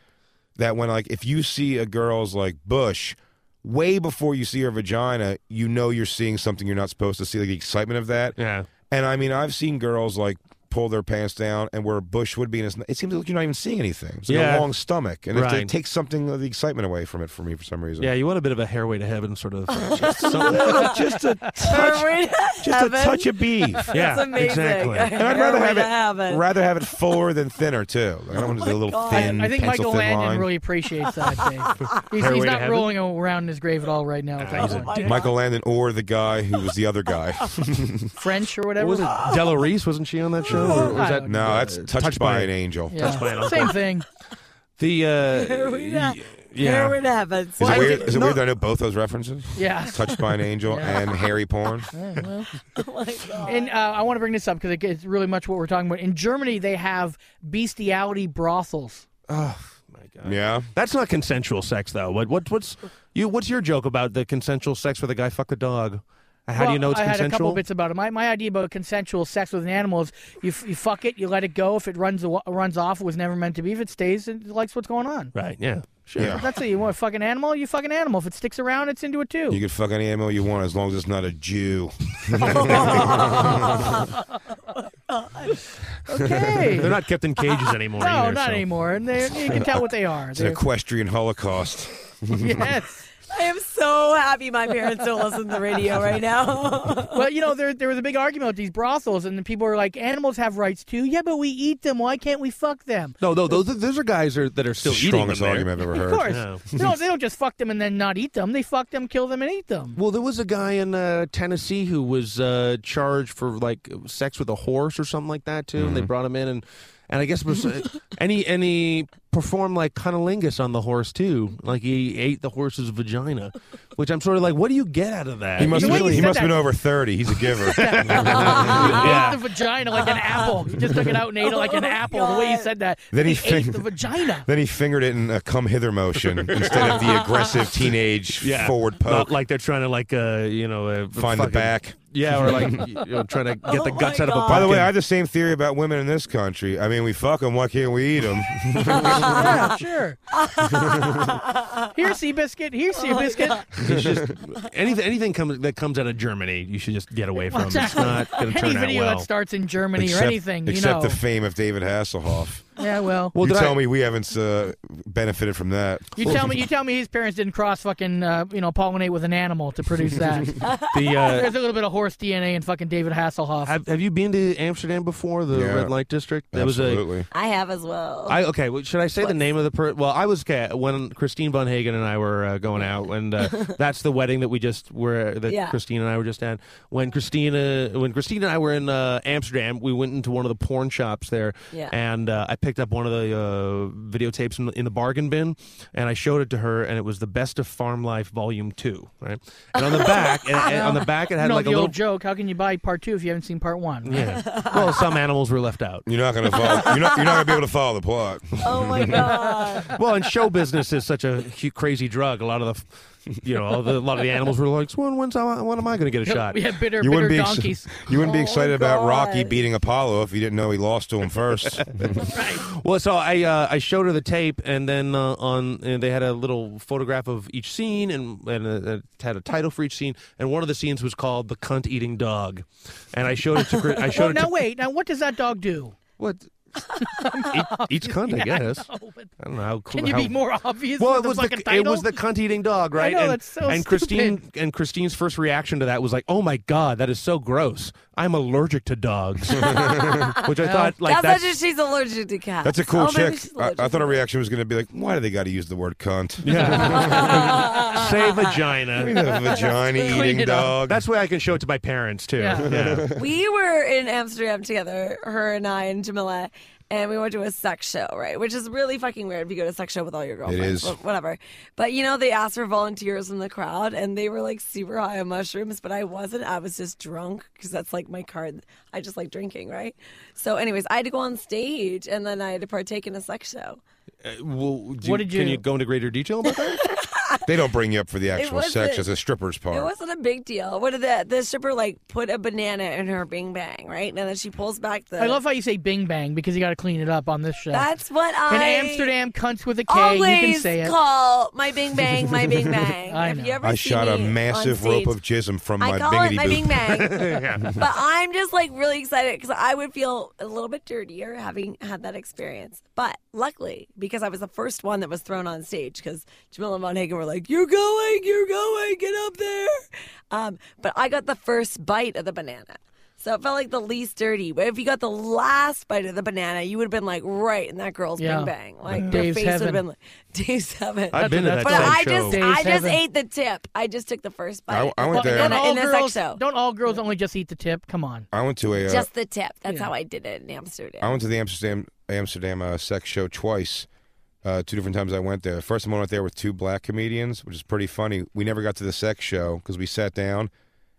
Speaker 8: that when like if you see a girl's like bush way before you see her vagina, you know you're seeing something you're not supposed to see, like the excitement of that.
Speaker 5: Yeah.
Speaker 8: And I mean, I've seen girls like pull their pants down and where a bush would be, and it's, it seems like you're not even seeing anything. It's like
Speaker 5: Yeah.
Speaker 8: a long stomach, and it,
Speaker 5: Right.
Speaker 8: it takes something of the excitement away from it for me for some reason.
Speaker 5: Yeah, you want a bit of a hairway to heaven sort of uh, just, some, just a touch,
Speaker 7: Wait,
Speaker 8: just
Speaker 7: heaven?
Speaker 8: a touch of beef.
Speaker 5: yeah,
Speaker 7: That's amazing.
Speaker 5: exactly.
Speaker 7: And
Speaker 8: And I'd rather have it,
Speaker 7: it.
Speaker 8: rather have it fuller than thinner too. Like, I don't want
Speaker 6: Oh
Speaker 8: to do a little
Speaker 7: God.
Speaker 8: thin.
Speaker 5: Mm,
Speaker 6: I think
Speaker 8: pencil
Speaker 6: Michael
Speaker 8: thin
Speaker 6: Landon
Speaker 8: line.
Speaker 6: really appreciates that thing. He's,
Speaker 5: Her
Speaker 6: he's
Speaker 5: way to
Speaker 6: not
Speaker 5: heaven?
Speaker 6: rolling around in his grave at all right now. with that
Speaker 5: he's a
Speaker 6: one.
Speaker 7: dick.
Speaker 8: Michael Landon or the guy who was the other guy.
Speaker 6: Oh French or
Speaker 5: What
Speaker 6: whatever.
Speaker 5: was it? Della Reese wasn't she on that show? Or
Speaker 6: I
Speaker 5: was that Uh,
Speaker 6: don't
Speaker 8: no, that's touched, by,
Speaker 5: by-
Speaker 8: an angel.
Speaker 6: Yeah.
Speaker 5: by an uncle.
Speaker 6: Same thing.
Speaker 5: the?
Speaker 7: Here
Speaker 5: Uh,
Speaker 7: we go.
Speaker 5: yeah.
Speaker 7: Here it happens.
Speaker 8: Is it,
Speaker 5: I
Speaker 8: weird,
Speaker 5: did-
Speaker 8: is it
Speaker 5: no.
Speaker 8: weird that I know both those references?
Speaker 6: Yeah.
Speaker 8: Touched by an angel
Speaker 6: Yeah.
Speaker 8: and hairy porn.
Speaker 6: Yeah, well.
Speaker 7: Oh my God.
Speaker 6: And uh, I want to bring this up because it's really much what we're talking about. In Germany, they have bestiality brothels.
Speaker 5: Oh my god.
Speaker 8: Yeah.
Speaker 5: That's not consensual sex though. What what what's you? What's your joke about the consensual sex where the guy fucked the dog? How do
Speaker 6: Well,
Speaker 5: you know it's
Speaker 6: I had a couple
Speaker 5: consensual?
Speaker 6: bits about it. My, my idea about consensual sex with an animal is you, f- you fuck it, you let it go. If it runs aw- runs off, it was never meant to be. If it stays, it likes what's going on.
Speaker 5: right. Yeah. Sure.
Speaker 8: Yeah.
Speaker 6: That's it. You want a fucking animal? You fucking animal. If it sticks around, it's into it too.
Speaker 8: You can fuck any animal you want as long as it's not a Jew.
Speaker 6: okay.
Speaker 5: They're not kept in cages anymore.
Speaker 6: no,
Speaker 5: either,
Speaker 6: not
Speaker 5: so.
Speaker 6: anymore. And they, you can tell what they are.
Speaker 8: It's an
Speaker 6: They're,
Speaker 8: equestrian holocaust.
Speaker 6: yes.
Speaker 7: I am so happy my parents don't listen to the radio right now.
Speaker 6: Well, you know, there there was a big argument about these brothels, and the people were like, "Animals have rights too." Yeah, but we eat them. Why can't we fuck them?
Speaker 5: No, no, those are- those are guys are, that are still
Speaker 8: It's the
Speaker 5: eating them
Speaker 8: strongest
Speaker 5: there.
Speaker 8: argument I've ever
Speaker 6: Of
Speaker 8: heard.
Speaker 6: course,
Speaker 5: No.
Speaker 6: they don't. They don't just fuck them and then not eat them. They fuck them, kill them, and eat them.
Speaker 5: Well, there was a guy in uh, Tennessee who was uh, charged for like sex with a horse or something like that too, and they brought him in and and I guess it was, uh, and he and he performed like cunnilingus on the horse too, like he ate the horse's vagina, which I'm sort of like, what do you get out of that?
Speaker 8: He must,
Speaker 6: The
Speaker 8: have
Speaker 6: way
Speaker 8: been,
Speaker 6: you
Speaker 8: he
Speaker 6: said
Speaker 8: must have
Speaker 6: that-
Speaker 8: been over 30. He's a giver.
Speaker 6: Ate the vagina like an apple. He just took it out and ate it like an apple. the way you said that.
Speaker 8: Then he
Speaker 6: ate
Speaker 8: fin-
Speaker 6: the vagina.
Speaker 8: then he fingered it in a come hither motion instead of the aggressive teenage forward poke.
Speaker 5: Not like they're trying to like uh, you know uh,
Speaker 8: find the
Speaker 5: fucking-
Speaker 8: back.
Speaker 5: yeah, or like you know, trying to get the
Speaker 7: Oh
Speaker 5: guts
Speaker 7: my
Speaker 5: out of a.
Speaker 7: God.
Speaker 8: By the way,
Speaker 5: pumpkin.
Speaker 8: I have the same theory about women in this country. I mean, we fuck them. Why can't we eat them?
Speaker 6: yeah, Uh-huh. sure. Oh Here's sea biscuit. Here's sea biscuit.
Speaker 5: It's just anything anything comes that comes out of Germany, you should just get away from. It's not going to
Speaker 6: Any
Speaker 5: turn
Speaker 6: video
Speaker 5: out well.
Speaker 6: that starts in Germany
Speaker 8: except
Speaker 6: or anything, you
Speaker 8: except
Speaker 6: know.
Speaker 8: the fame of David Hasselhoff.
Speaker 6: yeah, well.
Speaker 5: well,
Speaker 8: you
Speaker 5: did I-
Speaker 8: tell me we haven't uh, benefited from that.
Speaker 6: You tell me. You tell me his parents didn't cross fucking uh, you know pollinate with an animal to produce that.
Speaker 5: the uh,
Speaker 6: There's a little bit of horse DNA in fucking David Hasselhoff.
Speaker 5: Have, have you been to Amsterdam before? The
Speaker 8: Yeah.
Speaker 5: red light district. That was
Speaker 8: Absolutely.
Speaker 7: I have as well.
Speaker 5: a. I okay. Well, should I say the name of the per? Well, I was okay, when Christine Von Hagen and I were uh, going out, and uh, that's the wedding that we just were that
Speaker 7: Yeah.
Speaker 5: Christine and I were just at. When Christina, when Christine and I were in uh, Amsterdam, we went into one of the porn shops there,
Speaker 7: Yeah.
Speaker 5: and uh, I picked up one of the uh, videotapes in the, in the bargain bin, and I showed it to her, and it was the Best of Farm Life Volume Two, right? And on the back, and, and on the back, it had
Speaker 6: you know
Speaker 5: like
Speaker 6: the
Speaker 5: a little.
Speaker 6: old joke. How can you buy part two if you haven't seen part one?
Speaker 5: yeah. Well, some animals were left out.
Speaker 8: You're not gonna follow. You're not. You're not gonna be able to follow the plot.
Speaker 7: oh my God.
Speaker 5: Well, and show business is such a hu- crazy drug. A lot of the, f- you know, all the, a lot of the animals were like, when, when's I, when am I going to get a shot?
Speaker 6: We have bitter,
Speaker 8: You
Speaker 6: bitter
Speaker 8: wouldn't be. ex-
Speaker 6: donkeys.
Speaker 8: you wouldn't be
Speaker 7: Oh,
Speaker 8: excited about Rocky
Speaker 7: God.
Speaker 8: beating Apollo if you didn't know he lost to him first.
Speaker 5: Well, so I uh, I showed her the tape, and then uh, on and they had a little photograph of each scene, and and uh, it had a title for each scene, and one of the scenes was called "The Cunt Eating Dog," and I showed it to Chris- I showed
Speaker 6: Well,
Speaker 5: it
Speaker 6: now
Speaker 5: to
Speaker 6: wait. Now what does that dog do?
Speaker 5: what Eat, eats cunt, I guess. I,
Speaker 6: Oh, but
Speaker 5: don't know how cool.
Speaker 6: can you
Speaker 5: how,
Speaker 6: be more obvious?
Speaker 5: Well,
Speaker 6: with
Speaker 5: it was
Speaker 6: the,
Speaker 5: the,
Speaker 6: fucking
Speaker 5: it
Speaker 6: title?
Speaker 5: was the cunt eating dog, right?
Speaker 6: know,
Speaker 5: and,
Speaker 6: that's so
Speaker 5: and Christine and Christine's first reaction to that was like, "Oh my god, that is so gross. I'm allergic to dogs," which I thought like
Speaker 7: that's,
Speaker 5: that's,
Speaker 7: not just she's allergic to cats.
Speaker 8: That's a cool
Speaker 7: oh, maybe
Speaker 8: chick.
Speaker 7: she's
Speaker 8: I,
Speaker 7: allergic
Speaker 8: I thought
Speaker 7: to
Speaker 8: her reaction was gonna be like, "Why do they got to use the word cunt?
Speaker 5: yeah. say
Speaker 8: You
Speaker 5: vagina.
Speaker 8: know, vagina
Speaker 6: Clean
Speaker 8: eating
Speaker 6: it up.
Speaker 8: dog."
Speaker 5: That's why I can show it to my parents too.
Speaker 6: Yeah.
Speaker 5: Yeah.
Speaker 7: We were in Amsterdam together, her and I and Jamila, and we went to a sex show, right? Which is really fucking weird if you go to a sex show with all your girlfriends.
Speaker 8: is.
Speaker 7: but whatever. But you know, they asked for volunteers from the crowd, and they were like super high on mushrooms, but I wasn't. I was just drunk because that's like my card. I just like drinking, right? So, anyways, I had to go on stage, and then I had to partake in a sex show.
Speaker 5: Well, do
Speaker 6: What did
Speaker 5: Can
Speaker 6: you-
Speaker 5: you go into greater detail about that?
Speaker 8: They don't bring you up for the actual sex.
Speaker 7: wasn't-
Speaker 8: It's a stripper's part.
Speaker 7: It wasn't a big deal. What did the the stripper like? Put a banana in her bing bang, right? And then she pulls back the.
Speaker 6: I love how you say "bing bang" because you got to clean it up on this show.
Speaker 7: That's what I
Speaker 6: In Amsterdam, cunts with a K.
Speaker 7: always
Speaker 6: you can say it.
Speaker 7: call my bing bang, my bing bang.
Speaker 6: I know.
Speaker 7: If you ever
Speaker 8: I
Speaker 7: see
Speaker 8: shot a
Speaker 7: me on
Speaker 8: massive rope
Speaker 7: stage,
Speaker 8: of jism from
Speaker 7: I
Speaker 8: my
Speaker 7: call
Speaker 8: bingity
Speaker 7: it my
Speaker 8: boot.
Speaker 7: bing bang. but I'm just like really excited because I would feel a little bit dirtier having had that experience. But luckily, because I was the first one that was thrown on stage, because Jamila and Von Hagen were like, "You're going, you're going, get up there." Um, but I got the first bite of the banana. So it felt like the least dirty. But if you got the last bite of the banana, you would have been like right in that girl's
Speaker 6: Yeah.
Speaker 7: bing bang. Like your
Speaker 6: Dave's
Speaker 7: face would have
Speaker 6: heaven.
Speaker 7: been like Dave's heaven.
Speaker 5: I've been to
Speaker 6: what that's
Speaker 5: that
Speaker 7: But
Speaker 5: sex
Speaker 7: I
Speaker 5: show.
Speaker 7: just,
Speaker 6: Dave's
Speaker 7: I just
Speaker 6: heaven.
Speaker 7: ate the tip. I just took the first bite.
Speaker 8: I, I went
Speaker 6: Well,
Speaker 8: there.
Speaker 7: in
Speaker 6: don't
Speaker 7: a-
Speaker 6: all
Speaker 7: in a sex
Speaker 6: girls,
Speaker 7: show.
Speaker 6: Don't all girls only just eat the tip? Come on.
Speaker 8: I went to a. Uh,
Speaker 7: just the tip. That's how I did it in Amsterdam.
Speaker 8: I went to the Amsterdam Amsterdam uh, sex show twice. Uh, two different times I went there. First time I went there with two black comedians, which is pretty funny. We never got to the sex show because we sat down,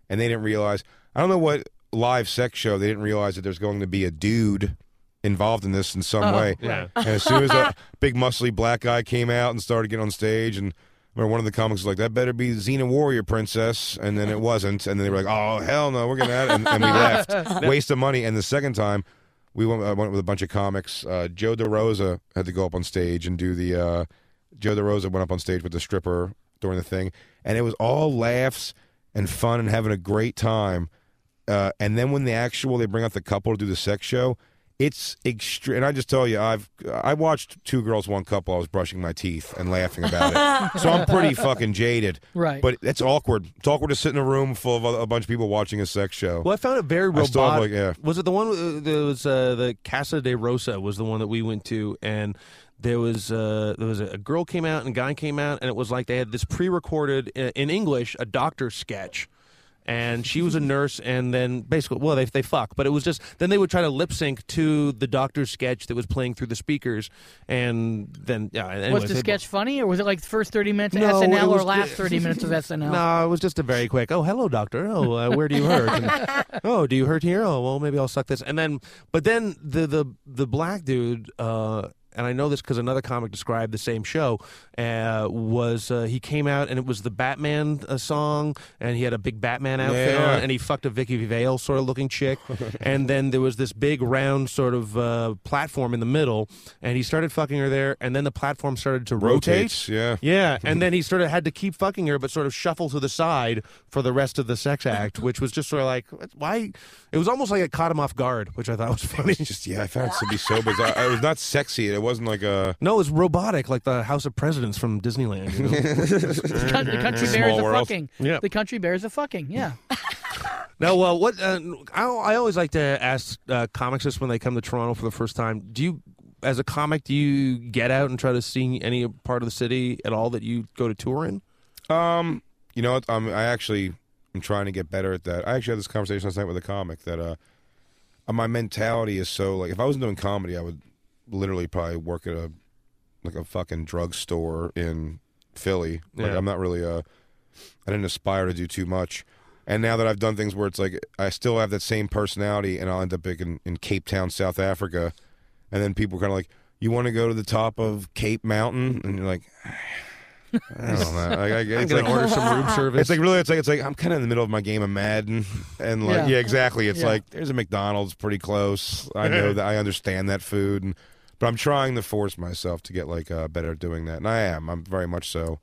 Speaker 8: and they didn't realize. I don't know what live sex show they didn't realize that there's going to be a dude involved in this in some way.
Speaker 5: yeah.
Speaker 8: And as soon as a big muscly black guy came out and started getting on stage, and I remember one of the comics was like, "That better be Xena Warrior Princess," and then it wasn't, and then they were like, "Oh hell no, we're getting out," and, and we left, waste of money. And the second time, we went, I went with a bunch of comics. Uh, Joe DeRosa had to go up on stage and do the. Uh, Joe DeRosa went up on stage with the stripper during the thing, and it was all laughs and fun and having a great time. Uh, and then when the actual they bring out the couple to do the sex show, it's extreme. And I just tell you, I've I watched Two Girls One Cup while I was brushing my teeth and laughing about it, so I'm pretty fucking jaded.
Speaker 6: Right.
Speaker 8: But that's awkward. It's awkward to sit in a room full of a, a bunch of people watching a sex show.
Speaker 5: Well, I found it very
Speaker 8: I
Speaker 5: robotic.
Speaker 8: still have, like, yeah.
Speaker 5: Was it the one uh, that was uh, the Casa de Rosa was the one that we went to, and there was uh, there was a, a girl came out and a guy came out, and it was like they had this pre-recorded uh, in English a doctor sketch. And she was a nurse, and then basically, well, they, they fuck, but it was just then they would try to lip sync to the doctor's sketch that was playing through the speakers, and then yeah.
Speaker 6: was
Speaker 5: Anyways,
Speaker 6: the
Speaker 5: they-
Speaker 6: sketch funny, or was it like the first thirty minutes of
Speaker 5: No, it
Speaker 6: SNL or
Speaker 5: was-
Speaker 6: last thirty minutes of SNL?
Speaker 5: No, it was just a very quick. Oh, hello, doctor. Oh, uh, where do you hurt? And, oh, do you hurt here? Oh, well, maybe I'll suck this. And then, but then the the the black dude. Uh, and I know this because another comic described the same show. Uh, was uh, he came out and it was the Batman uh, song, and he had a big Batman outfit
Speaker 8: Yeah.
Speaker 5: on, and he fucked a Vicky Vale sort of looking chick, and then there was this big round sort of uh, platform in the middle, and he started fucking her there, and then the platform started to rotate,
Speaker 8: Rotates, yeah.
Speaker 5: yeah,
Speaker 8: Mm-hmm.
Speaker 5: and then he sort of had to keep fucking her, but sort of shuffle to the side for the rest of the sex act, which was just sort of like, why? It was almost like it caught him off guard, which I thought was funny.
Speaker 8: It's just yeah, I found it to be so bizarre. It was not sexy. It wasn't like a
Speaker 5: No, it was robotic, like the House of Presidents from Disneyland. You know?
Speaker 6: The coun- the country
Speaker 8: Small
Speaker 6: bears are
Speaker 8: world.
Speaker 6: fucking.
Speaker 5: Yeah.
Speaker 6: The country bears are fucking. Yeah.
Speaker 5: no, well, what? Uh, I, I always like to ask uh, comics this when they come to Toronto for the first time. Do you, as a comic, do you get out and try to see any part of the city at all that you go to tour in?
Speaker 8: Um, you know, what, I'm, I actually am trying to get better at that. I actually had this conversation last night with a comic that uh, uh, my mentality is so like if I wasn't doing comedy, I would literally probably work at a like a fucking drugstore in Philly. Like
Speaker 5: Yeah.
Speaker 8: I'm not really uh, I didn't aspire to do too much. And now that I've done things where it's like I still have that same personality, and I'll end up big in, in Cape Town, South Africa, and then people kind of like, "You want to go to the top of Cape Mountain?" And you're like, "I don't know." Like, I,
Speaker 5: I'm
Speaker 8: it's
Speaker 5: gonna
Speaker 8: like
Speaker 5: order some room service.
Speaker 8: it's like really, it's like it's like I'm kind of in the middle of my game of Madden, and like yeah,
Speaker 6: Yeah.
Speaker 8: exactly. It's
Speaker 6: Yeah.
Speaker 8: like there's a McDonald's pretty close. I know that I understand that food, and but I'm trying to force myself to get like uh, better at doing that, and I am. I'm very much so,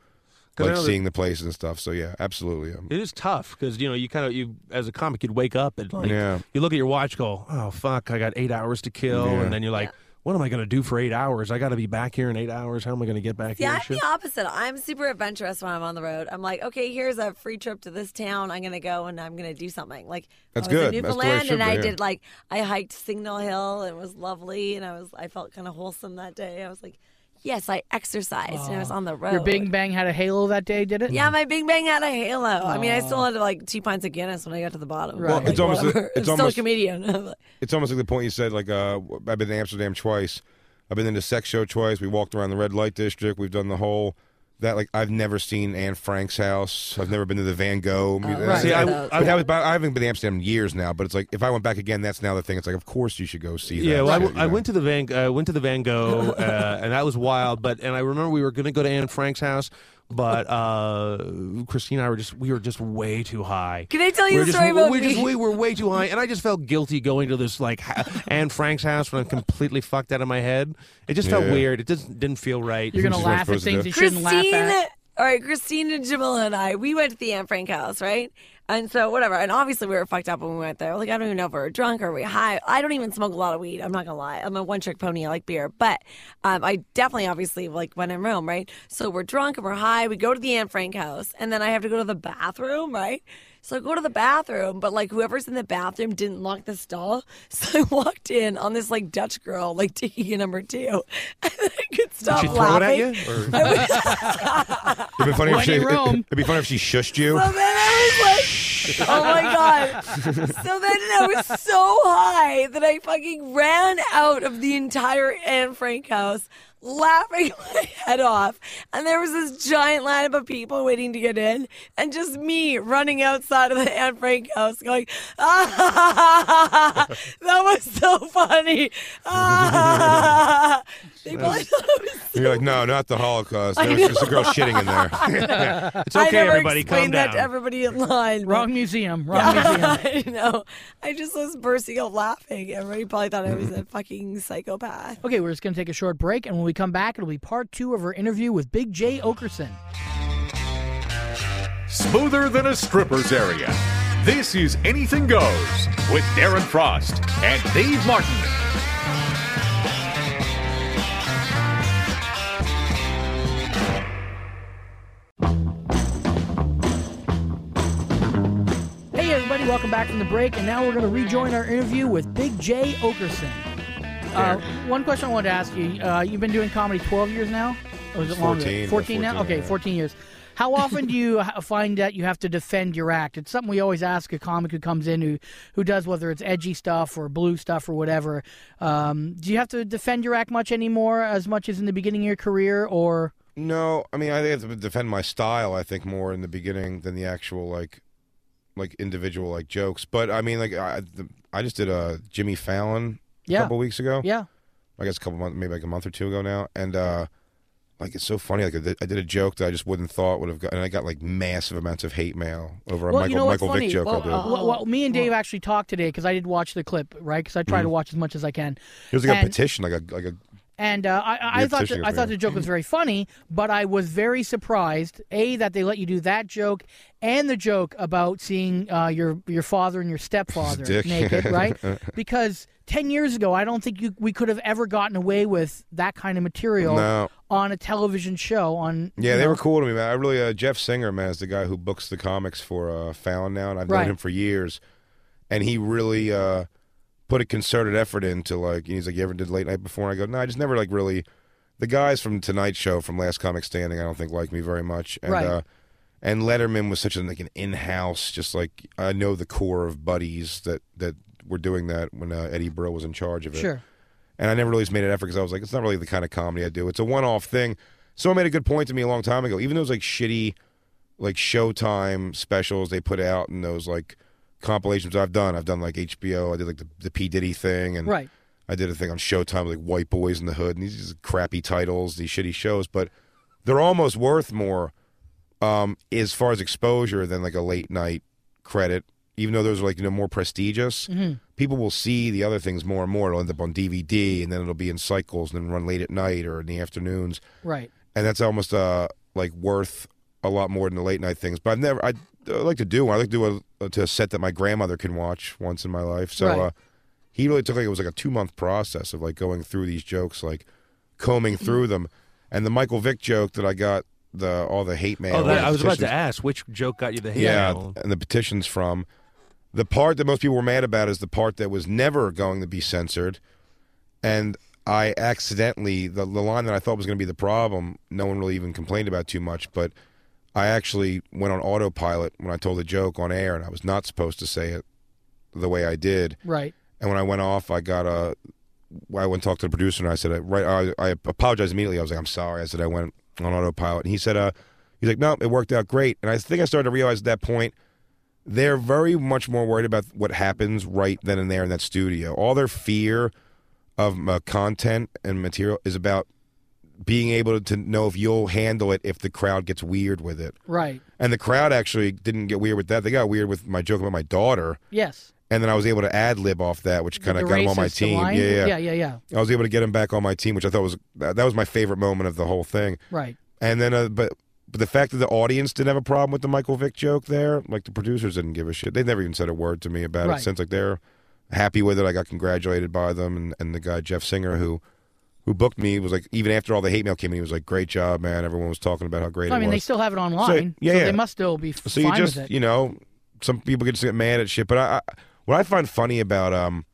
Speaker 5: 'Cause I
Speaker 8: like
Speaker 5: know that-
Speaker 8: seeing the places and stuff. So yeah, absolutely. Um,
Speaker 5: It is tough because you know you kind of you as a comic you'd wake up and like
Speaker 8: Yeah.
Speaker 5: you look at your watch, go, oh fuck, I got eight hours to kill,
Speaker 8: Yeah.
Speaker 5: and then you're like, what am I gonna do for eight hours? I got to be back here in eight hours. How am I gonna get back here?
Speaker 7: Yeah, I'm
Speaker 5: and shit?
Speaker 7: the opposite. I'm super adventurous when I'm on the road. I'm like, okay, here's a free trip to this town. I'm gonna go and I'm gonna do something. Like
Speaker 8: That's
Speaker 7: I was
Speaker 8: good.
Speaker 7: In
Speaker 8: That's the way it
Speaker 7: Newfoundland,
Speaker 8: should
Speaker 7: and
Speaker 8: be,
Speaker 7: I
Speaker 8: yeah.
Speaker 7: did like I hiked Signal Hill. It was lovely, and I was I felt kind of wholesome that day. I was like, yes, I exercised and I was on the road.
Speaker 6: Your Big Bang had a halo that day, did it?
Speaker 7: Yeah, my Big Bang had a halo. I mean, I still had like two pints of Guinness when I got to the bottom.
Speaker 6: Well,
Speaker 7: Like,
Speaker 8: it's almost a-
Speaker 7: whatever.
Speaker 8: it's
Speaker 7: I'm
Speaker 8: almost-
Speaker 7: still a comedian.
Speaker 8: It's almost like the point you said. Like uh, I've been to Amsterdam twice. I've been in the sex show twice. We walked around the red light district. We've done the whole that. Like I've never seen Anne Frank's house. I've never been to the Van Gogh. Museum.
Speaker 7: Oh, right.
Speaker 8: See, I,
Speaker 7: Yeah.
Speaker 8: I, I, was, I haven't been to Amsterdam in years now. But it's like if I went back again, that's now the thing. It's like of course you should go see. That
Speaker 9: Yeah, well, I,
Speaker 8: shit,
Speaker 9: w-
Speaker 8: you
Speaker 9: I
Speaker 8: know?
Speaker 9: went to the Van I went to the Van Gogh, uh, and that was wild. But and I remember we were going to go to Anne Frank's house, but uh, Christine and I were just we were just way too high.
Speaker 7: Can I tell you
Speaker 9: we were
Speaker 7: a
Speaker 9: just,
Speaker 7: story
Speaker 9: we,
Speaker 7: about
Speaker 9: we Just,
Speaker 7: me?
Speaker 9: we were way too high, and I just felt guilty going to this like ha- Anne Frank's house when I'm completely fucked out of my head. It just felt
Speaker 8: Yeah.
Speaker 9: weird. It just didn't feel right.
Speaker 6: You're gonna
Speaker 8: This is what I'm
Speaker 6: laugh at
Speaker 8: supposed to
Speaker 6: things
Speaker 8: do.
Speaker 6: you shouldn't laugh
Speaker 7: Christine,
Speaker 6: at.
Speaker 7: all right, Christine and Jamila and I, we went to the Anne Frank house, right? And so whatever. And obviously we were fucked up when we went there. Like I don't even know if we were drunk or we high. I don't even smoke a lot of weed. I'm not gonna lie. I'm a one trick pony. I like beer, but um, I definitely obviously like went in Rome, right? So we're drunk and we're high. We go to the Anne Frank house, and then I have to go to the bathroom, right? So I go to the bathroom, but like whoever's in the bathroom didn't lock the stall. So I walked in on this like Dutch girl, like taking a number two. And I could stop
Speaker 9: she throw it at
Speaker 7: laughing.
Speaker 9: you?
Speaker 8: It'd be funny if
Speaker 6: When
Speaker 8: she.
Speaker 6: in Rome.
Speaker 8: It'd be funny if she shushed you.
Speaker 7: So then I was like, oh my God. So then I was so high that I fucking ran out of the entire Anne Frank house laughing my head off. And there was this giant lineup of people waiting to get in, and just me running outside of the Anne Frank house going, ah, ha, ha, ha, ha, ha. that was so funny. Ah. They probably thought it was
Speaker 8: You're like, no, not the Holocaust. There was just a girl shitting in there.
Speaker 9: It's okay,
Speaker 7: I never
Speaker 9: everybody, calm
Speaker 7: explained that to
Speaker 9: down.
Speaker 7: everybody in line. but-
Speaker 6: Wrong museum. Wrong museum.
Speaker 7: I know. I just was bursting out laughing. Everybody probably thought I was a fucking psychopath.
Speaker 6: Okay, we're just going to take a short break, and when we come back, it'll be part two of our interview with Big J. Okerson.
Speaker 2: Smoother than a stripper's area. This is Anything Goes with Darren Frost and Dave Martin.
Speaker 6: Hey, everybody, welcome back from the break, and now we're going to rejoin our interview with Big J. Okerson. Uh, one question I wanted to ask you uh, you've been doing comedy 12 years now? Or is it longer?
Speaker 8: 14,
Speaker 6: 14,
Speaker 8: about
Speaker 6: now?
Speaker 8: 14,
Speaker 6: Okay,
Speaker 8: yeah.
Speaker 6: 14 years. How often do you h- find that you have to defend your act? It's something we always ask a comic who comes in who, who does whether it's edgy stuff or blue stuff or whatever. Um, do you have to defend your act much anymore, as much as in the beginning of your career, or.
Speaker 8: No, I mean I have to defend my style. I think more in the beginning than the actual like, like individual like jokes. But I mean like I the, I just did a Jimmy Fallon a
Speaker 6: Yeah.
Speaker 8: couple weeks ago.
Speaker 6: Yeah.
Speaker 8: I guess a couple months, maybe like a month or two ago now, and uh like it's so funny. Like I did, I did a joke that I just wouldn't thought would have got, and I got like massive amounts of hate mail over a
Speaker 6: Well,
Speaker 8: Michael
Speaker 6: you know what's
Speaker 8: Michael
Speaker 6: funny?
Speaker 8: Vick joke.
Speaker 6: Well,
Speaker 8: I did.
Speaker 6: uh, well, well, me and Dave actually talked today because I did watch the clip, right? Because I try to
Speaker 8: Mm-hmm.
Speaker 6: watch as much as I can.
Speaker 8: it was like
Speaker 6: and-
Speaker 8: a petition, like a like a
Speaker 6: And uh, I- I, I
Speaker 8: Yeah,
Speaker 6: thought
Speaker 8: petition
Speaker 6: the,
Speaker 8: your
Speaker 6: I thought
Speaker 8: favor.
Speaker 6: the joke was very funny, but I was very surprised a that they let you do that joke and the joke about seeing uh, your your father and your stepfather
Speaker 8: Dick.
Speaker 6: naked, right? Because ten years ago, I don't think you, we could have ever gotten away with that kind of material
Speaker 8: No.
Speaker 6: on a television show. On
Speaker 8: Yeah,
Speaker 6: you
Speaker 8: they
Speaker 6: know,
Speaker 8: were cool to me, man. I really uh, Jeff Singer, man, is the guy who books the comics for uh, Fallon now, and I've
Speaker 6: Right.
Speaker 8: known him for years, and he really uh, put a concerted effort into like he's like, you ever did late night before? And I go, no, I just never like really. The guys from Tonight Show from Last Comic Standing, I don't think like me very much, and
Speaker 6: Right.
Speaker 8: uh, and Letterman was such an like an in-house, just like I know the core of buddies that that were doing that when uh, Eddie Brill was in charge of it
Speaker 6: sure.
Speaker 8: and I never really just made an effort because I was like, it's not really the kind of comedy I do. It's a one-off thing. Someone made a good point to me a long time ago. Even those like shitty, like Showtime specials they put out and those like compilations I've done. I've done like HBO. I did like the, the P Diddy thing and
Speaker 6: Right.
Speaker 8: I did a thing on Showtime like White Boys in the Hood and these just crappy titles, these shitty shows, but they're almost worth more um, as far as exposure than like a late night credit. Even though those are like you know more prestigious, people will see the other things more and more. It'll end up on DVD, and then it'll be in cycles, and then run late at night or in the afternoons,
Speaker 6: Right.
Speaker 8: and that's almost uh like worth a lot more than the late night things. But I've never I, I like to do one. I like to do a to a set that my grandmother can watch once in my life. So
Speaker 6: Right.
Speaker 8: uh, he really took like it was like a two month process of like going through these jokes, like combing through
Speaker 9: Mm-hmm.
Speaker 8: them, and the Michael Vick joke that I got the all the hate mail.
Speaker 9: Oh, that,
Speaker 8: and
Speaker 9: I was about
Speaker 8: petitions-
Speaker 9: to ask which joke got you the hate
Speaker 8: yeah,
Speaker 9: mail?
Speaker 8: and the petitions from. The part that most people were mad about is the part that was never going to be censored, and I accidentally the, the line that I thought was going to be the problem. No one really even complained about too much, but I actually went on autopilot when I told a joke on air, and I was not supposed to say it the way I did.
Speaker 6: Right.
Speaker 8: And when I went off, I got a. I went and talked to the producer, and I said, I- "Right." I, I apologized immediately. I was like, "I'm sorry." I said I went on autopilot, and he said, "Uh, he's like, no, it worked out great." And I think I started to realize at that point they're very much more worried about what happens right then and there in that studio. All their fear of uh, content and material is about being able to know if you'll handle it if the crowd gets weird with it.
Speaker 6: Right.
Speaker 8: And the crowd actually didn't get weird with that. They got weird with my joke about my daughter.
Speaker 6: Yes.
Speaker 8: And then I was able to ad lib off that, which kind
Speaker 6: The
Speaker 8: of got him on my
Speaker 6: racist, the
Speaker 8: team.
Speaker 6: line?
Speaker 8: Yeah,
Speaker 6: Yeah.
Speaker 8: yeah,
Speaker 6: Yeah. Yeah.
Speaker 8: I was able to get him back on my team, which I thought was that that was my favorite moment of the whole thing.
Speaker 6: Right.
Speaker 8: And then, uh, but but the fact that the audience didn't have a problem with the Michael Vick joke there, like the producers didn't give a shit. They never even said a word to me about
Speaker 6: Right.
Speaker 8: it since. Like they're happy with it. I got congratulated by them, and, and the guy Jeff Singer who who booked me was like, even after all the hate mail came in, he was like, "Great job, man!" Everyone was talking about how great
Speaker 6: So, I
Speaker 8: it
Speaker 6: mean,
Speaker 8: was.
Speaker 6: they still have it online.
Speaker 8: yeah,
Speaker 6: so
Speaker 8: yeah.
Speaker 6: They must still be f-
Speaker 8: So
Speaker 6: fine
Speaker 8: you just,
Speaker 6: with it.
Speaker 8: you know, some people can just get mad at shit. But I, I, what I find funny about um,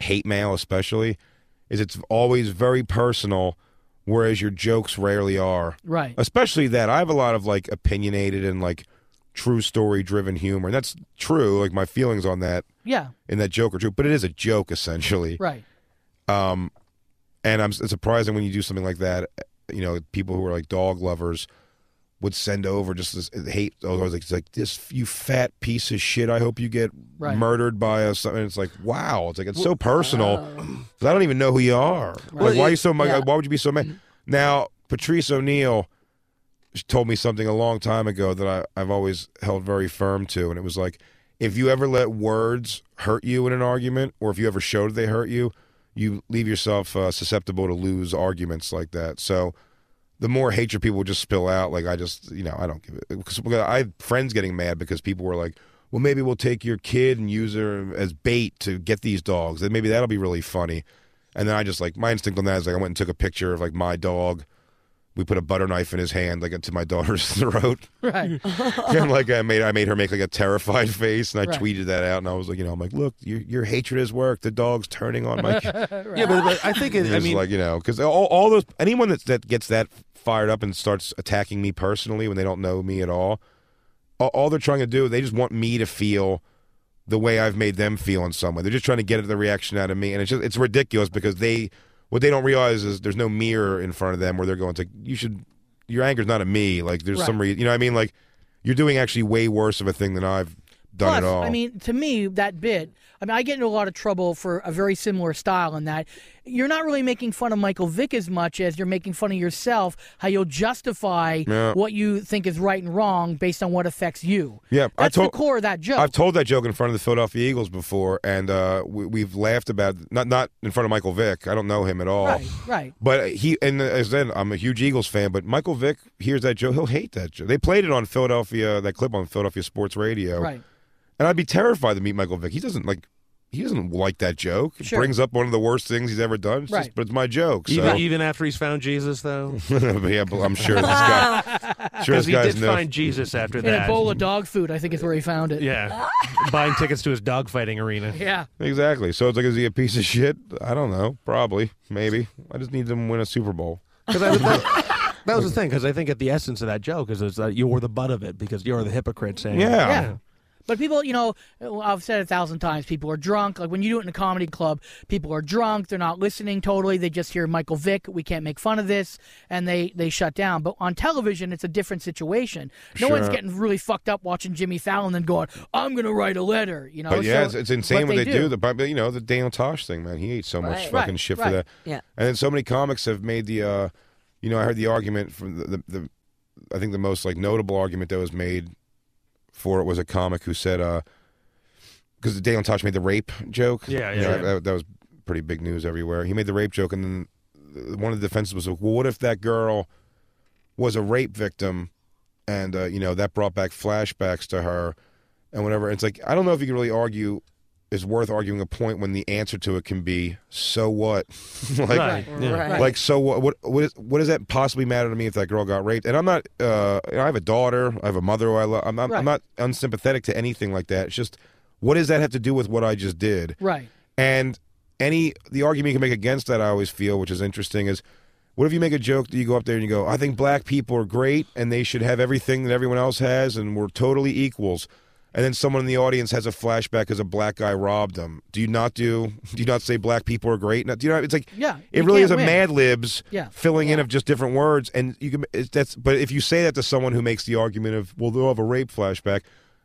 Speaker 8: hate mail, especially, is it's always very personal, whereas your jokes rarely are.
Speaker 6: right.
Speaker 8: Especially that I have a lot of like opinionated and like true story driven humor. And that's true. Like my feelings on that
Speaker 6: Yeah.
Speaker 8: in that joke are true, but it is a joke essentially.
Speaker 6: Right.
Speaker 8: Um, and I'm it's surprising when you do something like that. You know, people who are like dog lovers would send over just this hate. I was always like, it's like this, you fat piece of shit. I hope you get
Speaker 6: Right.
Speaker 8: murdered by us. And it's like, wow, it's like it's so personal. 'cause I don't even know who you are.
Speaker 6: Well,
Speaker 8: Like, why are
Speaker 6: it-
Speaker 8: you so? mu-
Speaker 6: yeah.
Speaker 8: Why would you be so mad? Now, Patrice O'Neill she told me something a long time ago that I, I've always held very firm to, and it was like, if you ever let words hurt you in an argument, or if you ever showed they hurt you, you leave yourself uh, susceptible to lose arguments like that. So, the more hatred people would just spill out, like I just, you know, I don't give it. Cause I had friends getting mad because people were like, "Well, maybe we'll take your kid and use her as bait to get these dogs. Then maybe that'll be really funny." And then I just like my instinct on that is like I went and took a picture of like my dog. We put a butter knife in his hand, like to my daughter's throat,
Speaker 6: Right.
Speaker 8: and like I made I made her make like a terrified face, and I
Speaker 6: Right.
Speaker 8: tweeted that out, and I was like, you know, I'm like, look, your your hatred has worked. The dog's turning on my.
Speaker 9: Yeah, but, but I think it, I
Speaker 8: It's
Speaker 9: mean,
Speaker 8: like you know, because all, all those anyone that that gets that fired up and starts attacking me personally when they don't know me at all, all, all they're trying to do they just want me to feel the way I've made them feel in some way. They're just trying to get the reaction out of me, and it's just it's ridiculous because they what they don't realize is there's no mirror in front of them where they're going to you should your anger's not at me. Like there's some reason, you know, what I mean, like you're doing actually way worse of a thing than I've done
Speaker 6: Plus,
Speaker 8: at all.
Speaker 6: I mean, to me, that bit, I mean, I get into a lot of trouble for a very similar style in that you're not really making fun of Michael Vick as much as you're making fun of yourself, how you'll justify
Speaker 8: Yeah.
Speaker 6: what you think is right and wrong based on what affects you.
Speaker 8: Yeah, I
Speaker 6: That's
Speaker 8: told-
Speaker 6: the core of that joke.
Speaker 8: I've told that joke in front of the Philadelphia Eagles before, and uh, we, we've laughed about not not in front of Michael Vick. I don't know him at all,
Speaker 6: right, right.
Speaker 8: but he and as then I'm a huge Eagles fan. But Michael Vick hears that joke, he'll hate that joke. They played it on Philadelphia that clip on Philadelphia sports radio,
Speaker 6: Right.
Speaker 8: and I'd be terrified to meet Michael Vick. He doesn't like he doesn't like that joke. It
Speaker 6: Sure.
Speaker 8: brings up one of the worst things he's ever done. It's just-
Speaker 6: Right.
Speaker 8: but it's my joke. So.
Speaker 9: even, even after he's found Jesus, though,
Speaker 8: yeah, but I'm sure this guy, sure
Speaker 9: because
Speaker 8: this
Speaker 9: he
Speaker 8: guy's
Speaker 9: did
Speaker 8: no-
Speaker 9: find Jesus after
Speaker 6: In a
Speaker 9: that.
Speaker 6: bowl of dog food, I think is where he found it.
Speaker 9: Yeah, buying tickets to his dogfighting arena.
Speaker 6: Yeah.
Speaker 8: Exactly. So it's like, is he a piece of shit? I don't know. Probably. Maybe. I just need them to win a Super Bowl.
Speaker 9: Because I that, that was the thing. Because I think at the essence of that joke is, is that you're the butt of it because you're the hypocrite saying,
Speaker 8: Yeah.
Speaker 6: Yeah. But people, you know, I've said it a thousand times. People are drunk. Like when you do it in a comedy club, people are drunk. They're not listening totally. They just hear Michael Vick. We can't make fun of this, and they they shut down. But on television, it's a different situation. No one's
Speaker 8: Sure.
Speaker 6: getting really fucked up watching Jimmy Fallon and going, "I'm gonna write a letter," you know.
Speaker 8: But yeah,
Speaker 6: So-
Speaker 8: it's, it's insane
Speaker 6: but
Speaker 8: what they, do. The but, you know the Daniel Tosh thing, man. He ate so much
Speaker 7: Right.
Speaker 8: fucking
Speaker 6: Right,
Speaker 8: shit
Speaker 6: right.
Speaker 8: for that.
Speaker 7: Yeah.
Speaker 8: And then so many comics have made the, uh, you know, I heard the argument from the, the, the I think the most like notable argument that was made for it was a comic who said, uh, because Daniel Tosh made the rape joke.
Speaker 9: Yeah,
Speaker 8: You
Speaker 9: yeah.
Speaker 8: know, That, that was pretty big news everywhere. He made the rape joke, and then uh, one of the defenses was, like, well, what if that girl was a rape victim, and uh, you know that brought back flashbacks to her, and whatever. It's like I don't know if you can really argue is worth arguing a point when the answer to it can be so what, like.
Speaker 9: Right. Yeah.
Speaker 7: Right.
Speaker 8: Like so, what? What? What, is, what does that possibly matter to me if that girl got raped? And I'm not. Uh, I have a daughter. I have a mother who I love. I'm not.
Speaker 6: Right.
Speaker 8: I'm not unsympathetic to anything like that. It's just, what does that have to do with what I just did?
Speaker 6: Right.
Speaker 8: And any the argument you can make against that I always feel, which is interesting, is what if you make a joke that you go up there and you go, I think black people are great and they should have everything that everyone else has and we're totally equals. And then someone in the audience has a flashback because a black guy robbed them. Do you not do? Do you not say black people are great? No, do you know? It's like
Speaker 6: Yeah,
Speaker 8: it
Speaker 6: you
Speaker 8: really
Speaker 6: can't
Speaker 8: is a
Speaker 6: win.
Speaker 8: Mad Libs
Speaker 6: Yeah.
Speaker 8: filling in of just different words, and you can it's, that's. But if you say that to someone who makes the argument of well, they'll have a rape flashback,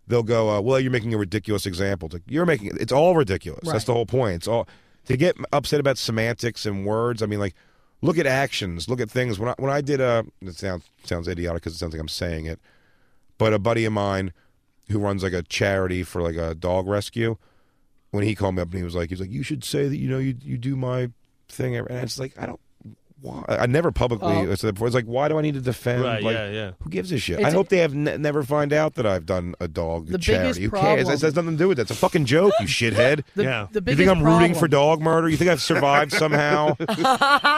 Speaker 8: they'll go, uh, well, you're making a ridiculous example. It's like, you're making it's all ridiculous. That's the whole point. It's all to get upset about semantics and words. I mean, like look at actions, look at things. When I when I did a it sounds sounds idiotic because it sounds like I'm saying it, but a buddy of mine who runs like a charity for like a dog rescue when he called me up and he was like, he was like, you should say that you know you you do my thing, every-" and it's like I don't. Why? I never publicly
Speaker 6: Oh.
Speaker 8: said that before. It's like, why do I need to defend?
Speaker 5: Right,
Speaker 8: like,
Speaker 5: yeah, yeah.
Speaker 8: Who gives a shit? I
Speaker 6: It's-
Speaker 8: hope they have ne- never find out that I've done a dog
Speaker 6: The biggest
Speaker 8: charity. Who cares?
Speaker 6: problem-
Speaker 8: It has nothing to do with that. It's a fucking joke, you shithead.
Speaker 6: The,
Speaker 5: Yeah.
Speaker 6: the
Speaker 8: you
Speaker 6: biggest
Speaker 8: think I'm rooting for
Speaker 6: problem-
Speaker 8: dog murder? You think I've survived somehow?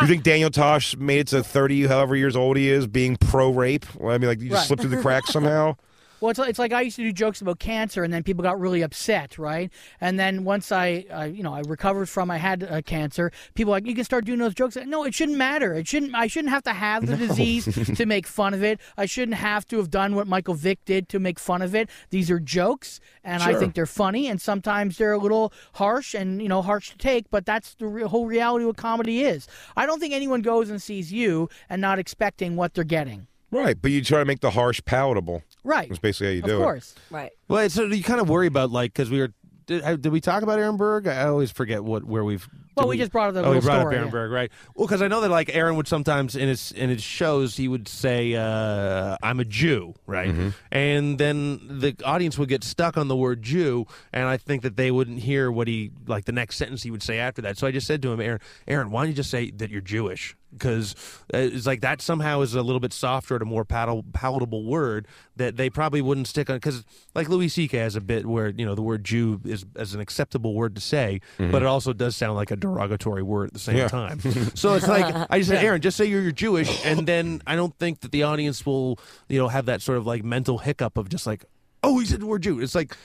Speaker 8: you think Daniel Tosh made it to 30, however years old he is, being pro rape? Well, I mean, like, you just
Speaker 6: Right.
Speaker 8: slipped through the cracks somehow?
Speaker 6: Well, it's like, it's like I used to do jokes about cancer, and then people got really upset, right? And then once I, I you know, I recovered from I had uh, cancer, people were like you can start doing those jokes. No, it shouldn't matter. It shouldn't. I shouldn't have to have the disease to make fun of it. I shouldn't have to have done what Michael Vick did to make fun of it. These are jokes, and I think they're funny, and sometimes they're a little harsh and you know harsh to take, but that's the re- whole reality of what comedy is. I don't think anyone goes and sees you and not expecting what they're getting.
Speaker 8: Right, but you try to make the harsh palatable.
Speaker 6: Right.
Speaker 8: That's basically how you do
Speaker 6: of
Speaker 8: it.
Speaker 6: course.
Speaker 7: Right.
Speaker 5: Well, so you kind of worry about like because we were did, uh, did we talk about Aaron Berg? I always forget what where we've.
Speaker 6: Well,
Speaker 5: did
Speaker 6: we just brought up the
Speaker 5: oh, we
Speaker 6: little
Speaker 5: brought
Speaker 6: story,
Speaker 5: up Aaron
Speaker 6: yeah.
Speaker 5: Berg, right? Well, because I know that like Aaron would sometimes in his in his shows he would say uh, I'm a Jew, right? And then the audience would get stuck on the word Jew, and I think that they wouldn't hear what he like the next sentence he would say after that. So I just said to him, Aaron, Aaron, why don't you just say that you're Jewish? Because it's like that somehow is a little bit softer and a more patal- palatable word that they probably wouldn't stick on. Because like Louis C.K. has a bit where you know the word Jew is as an acceptable word to say, but it also does sound like a derogatory word at the same
Speaker 8: Yeah.
Speaker 5: time. so it's like I just said, Aaron, just say you're, you're Jewish, and then I don't think that the audience will you know have that sort of like mental hiccup of just like, oh, he said the word Jew. It's like.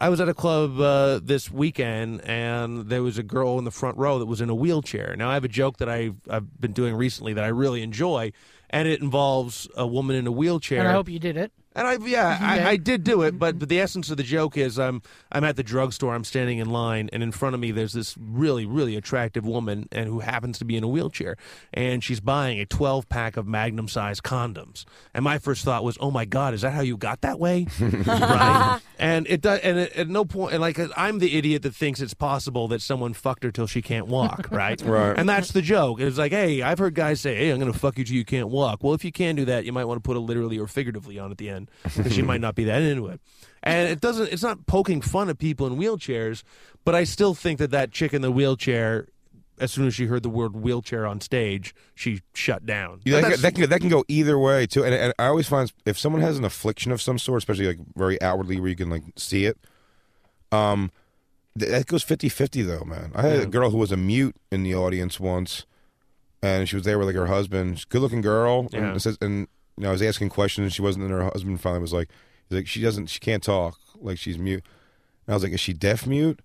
Speaker 5: I was at a club uh, this weekend, and there was a girl in the front row that was in a wheelchair. Now, I have a joke that I've, I've been doing recently that I really enjoy, and it involves a woman in a wheelchair.
Speaker 6: And I hope you did it.
Speaker 5: And I yeah, I, I did do it, but, but the essence of the joke is I'm I'm at the drugstore, I'm standing in line, and in front of me there's this really really attractive woman, and who happens to be in a wheelchair, and she's buying a 12 pack of Magnum size condoms, and my first thought was, oh my god, is that how you got that way? right? And it does, and it, at no point, and like I'm the idiot that thinks it's possible that someone fucked her till she can't walk, right?
Speaker 8: Right.
Speaker 5: And that's the joke. It's like, hey, I've heard guys say, hey, I'm going to fuck you till you can't walk. Well, if you can do that, you might want to put a literally or figuratively on at the end because you might not be that into it. And it doesn't. It's not poking fun at people in wheelchairs, but I still think that that chick in the wheelchair, as soon as she heard the word wheelchair on stage, she shut down.
Speaker 8: You
Speaker 5: But
Speaker 8: know, that,
Speaker 5: that's-
Speaker 8: can, that, can, that can go either way too, and, and I always find if someone has an affliction of some sort, especially like very outwardly where you can like see it, um, th- that goes 50-50 though, man. I had a girl who was a mute in the audience once, and she was there with like her husband, She's a good-looking girl, and,
Speaker 5: Yeah.
Speaker 8: it says, and you know I was asking questions, and she wasn't, and her husband finally was like, he's like she doesn't, she can't talk, like she's mute, and I was like, is she deaf mute?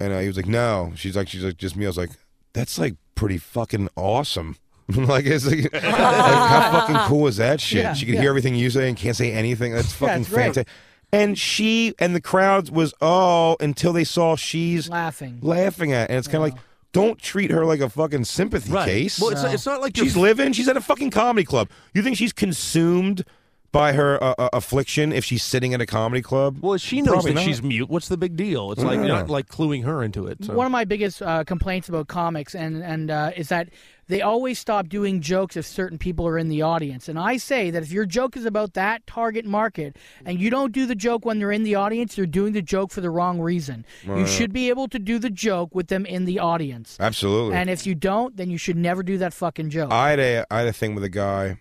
Speaker 8: And uh, he was like, no. She's like, she's like, just me. I was like, that's like pretty fucking awesome. like, it's like, like, how fucking cool is that shit?
Speaker 6: Yeah,
Speaker 8: she can
Speaker 6: yeah.
Speaker 8: hear everything you say and can't say anything. That's fucking
Speaker 6: it's great.
Speaker 8: fantastic. And she and the crowd was oh until they saw she's
Speaker 6: Laughing.
Speaker 8: laughing at, it. and it's kind of like. Don't treat her like a fucking sympathy
Speaker 5: right.
Speaker 8: case.
Speaker 5: Well, it's, it's not like you're
Speaker 8: She's living. She's at a fucking comedy club. You think she's consumed by her uh, uh, affliction if she's sitting at a comedy club?
Speaker 5: Well, she knows
Speaker 8: Probably
Speaker 5: that
Speaker 8: not. Mm-hmm.
Speaker 5: she's mute. What's the big deal? It's like
Speaker 8: Yeah.
Speaker 5: not like cluing her into it. So.
Speaker 6: One of my biggest uh, complaints about comics and and uh, is that they always stop doing jokes if certain people are in the audience. And I say that if your joke is about that target market and you don't do the joke when they're in the audience, you're doing the joke for the wrong reason. You should be able to do the joke with them in the audience.
Speaker 8: Absolutely.
Speaker 6: And if you don't, then you should never do that fucking joke.
Speaker 8: I had a I had a thing with a guy.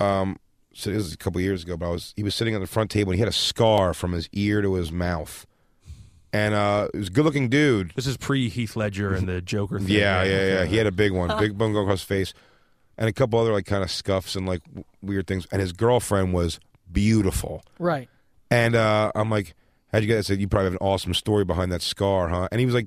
Speaker 8: Um, so this was a couple years ago, but I was he was sitting at the front table and he had a scar from his ear to his mouth, and uh, he was a good looking dude.
Speaker 5: this is pre Heath Ledger and the Joker. Thing,
Speaker 8: Yeah,
Speaker 5: right?
Speaker 8: yeah, yeah. He had a big one, big bone going across his face, and a couple other like kind of scuffs and like w- weird things. And his girlfriend was beautiful.
Speaker 6: right.
Speaker 8: And uh, I'm like, how'd you get that? I said, you probably have an awesome story behind that scar, huh? And he was like,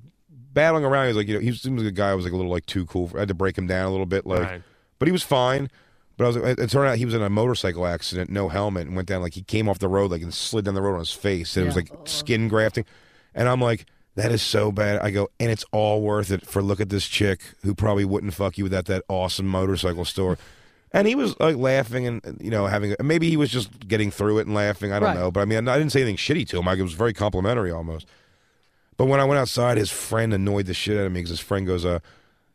Speaker 8: battling around. He was like, you know, he was, he was a guy who was like a little like too cool. For, I had to break him down a little bit, like,
Speaker 9: Right.
Speaker 8: but he was fine. But I was, it it turned out he was in a motorcycle accident, no helmet, and went down like he came off the road like and slid down the road on his face. And It was like skin grafting, and I'm like, that is so bad. I go, and it's all worth it for look at this chick who probably wouldn't fuck you without that awesome motorcycle store. And he was like laughing and you know having maybe he was just getting through it and laughing. I don't
Speaker 6: Right.
Speaker 8: know, but I mean I didn't say anything shitty to him. I was very complimentary almost. But when I went outside, his friend annoyed the shit out of me because his friend goes, uh,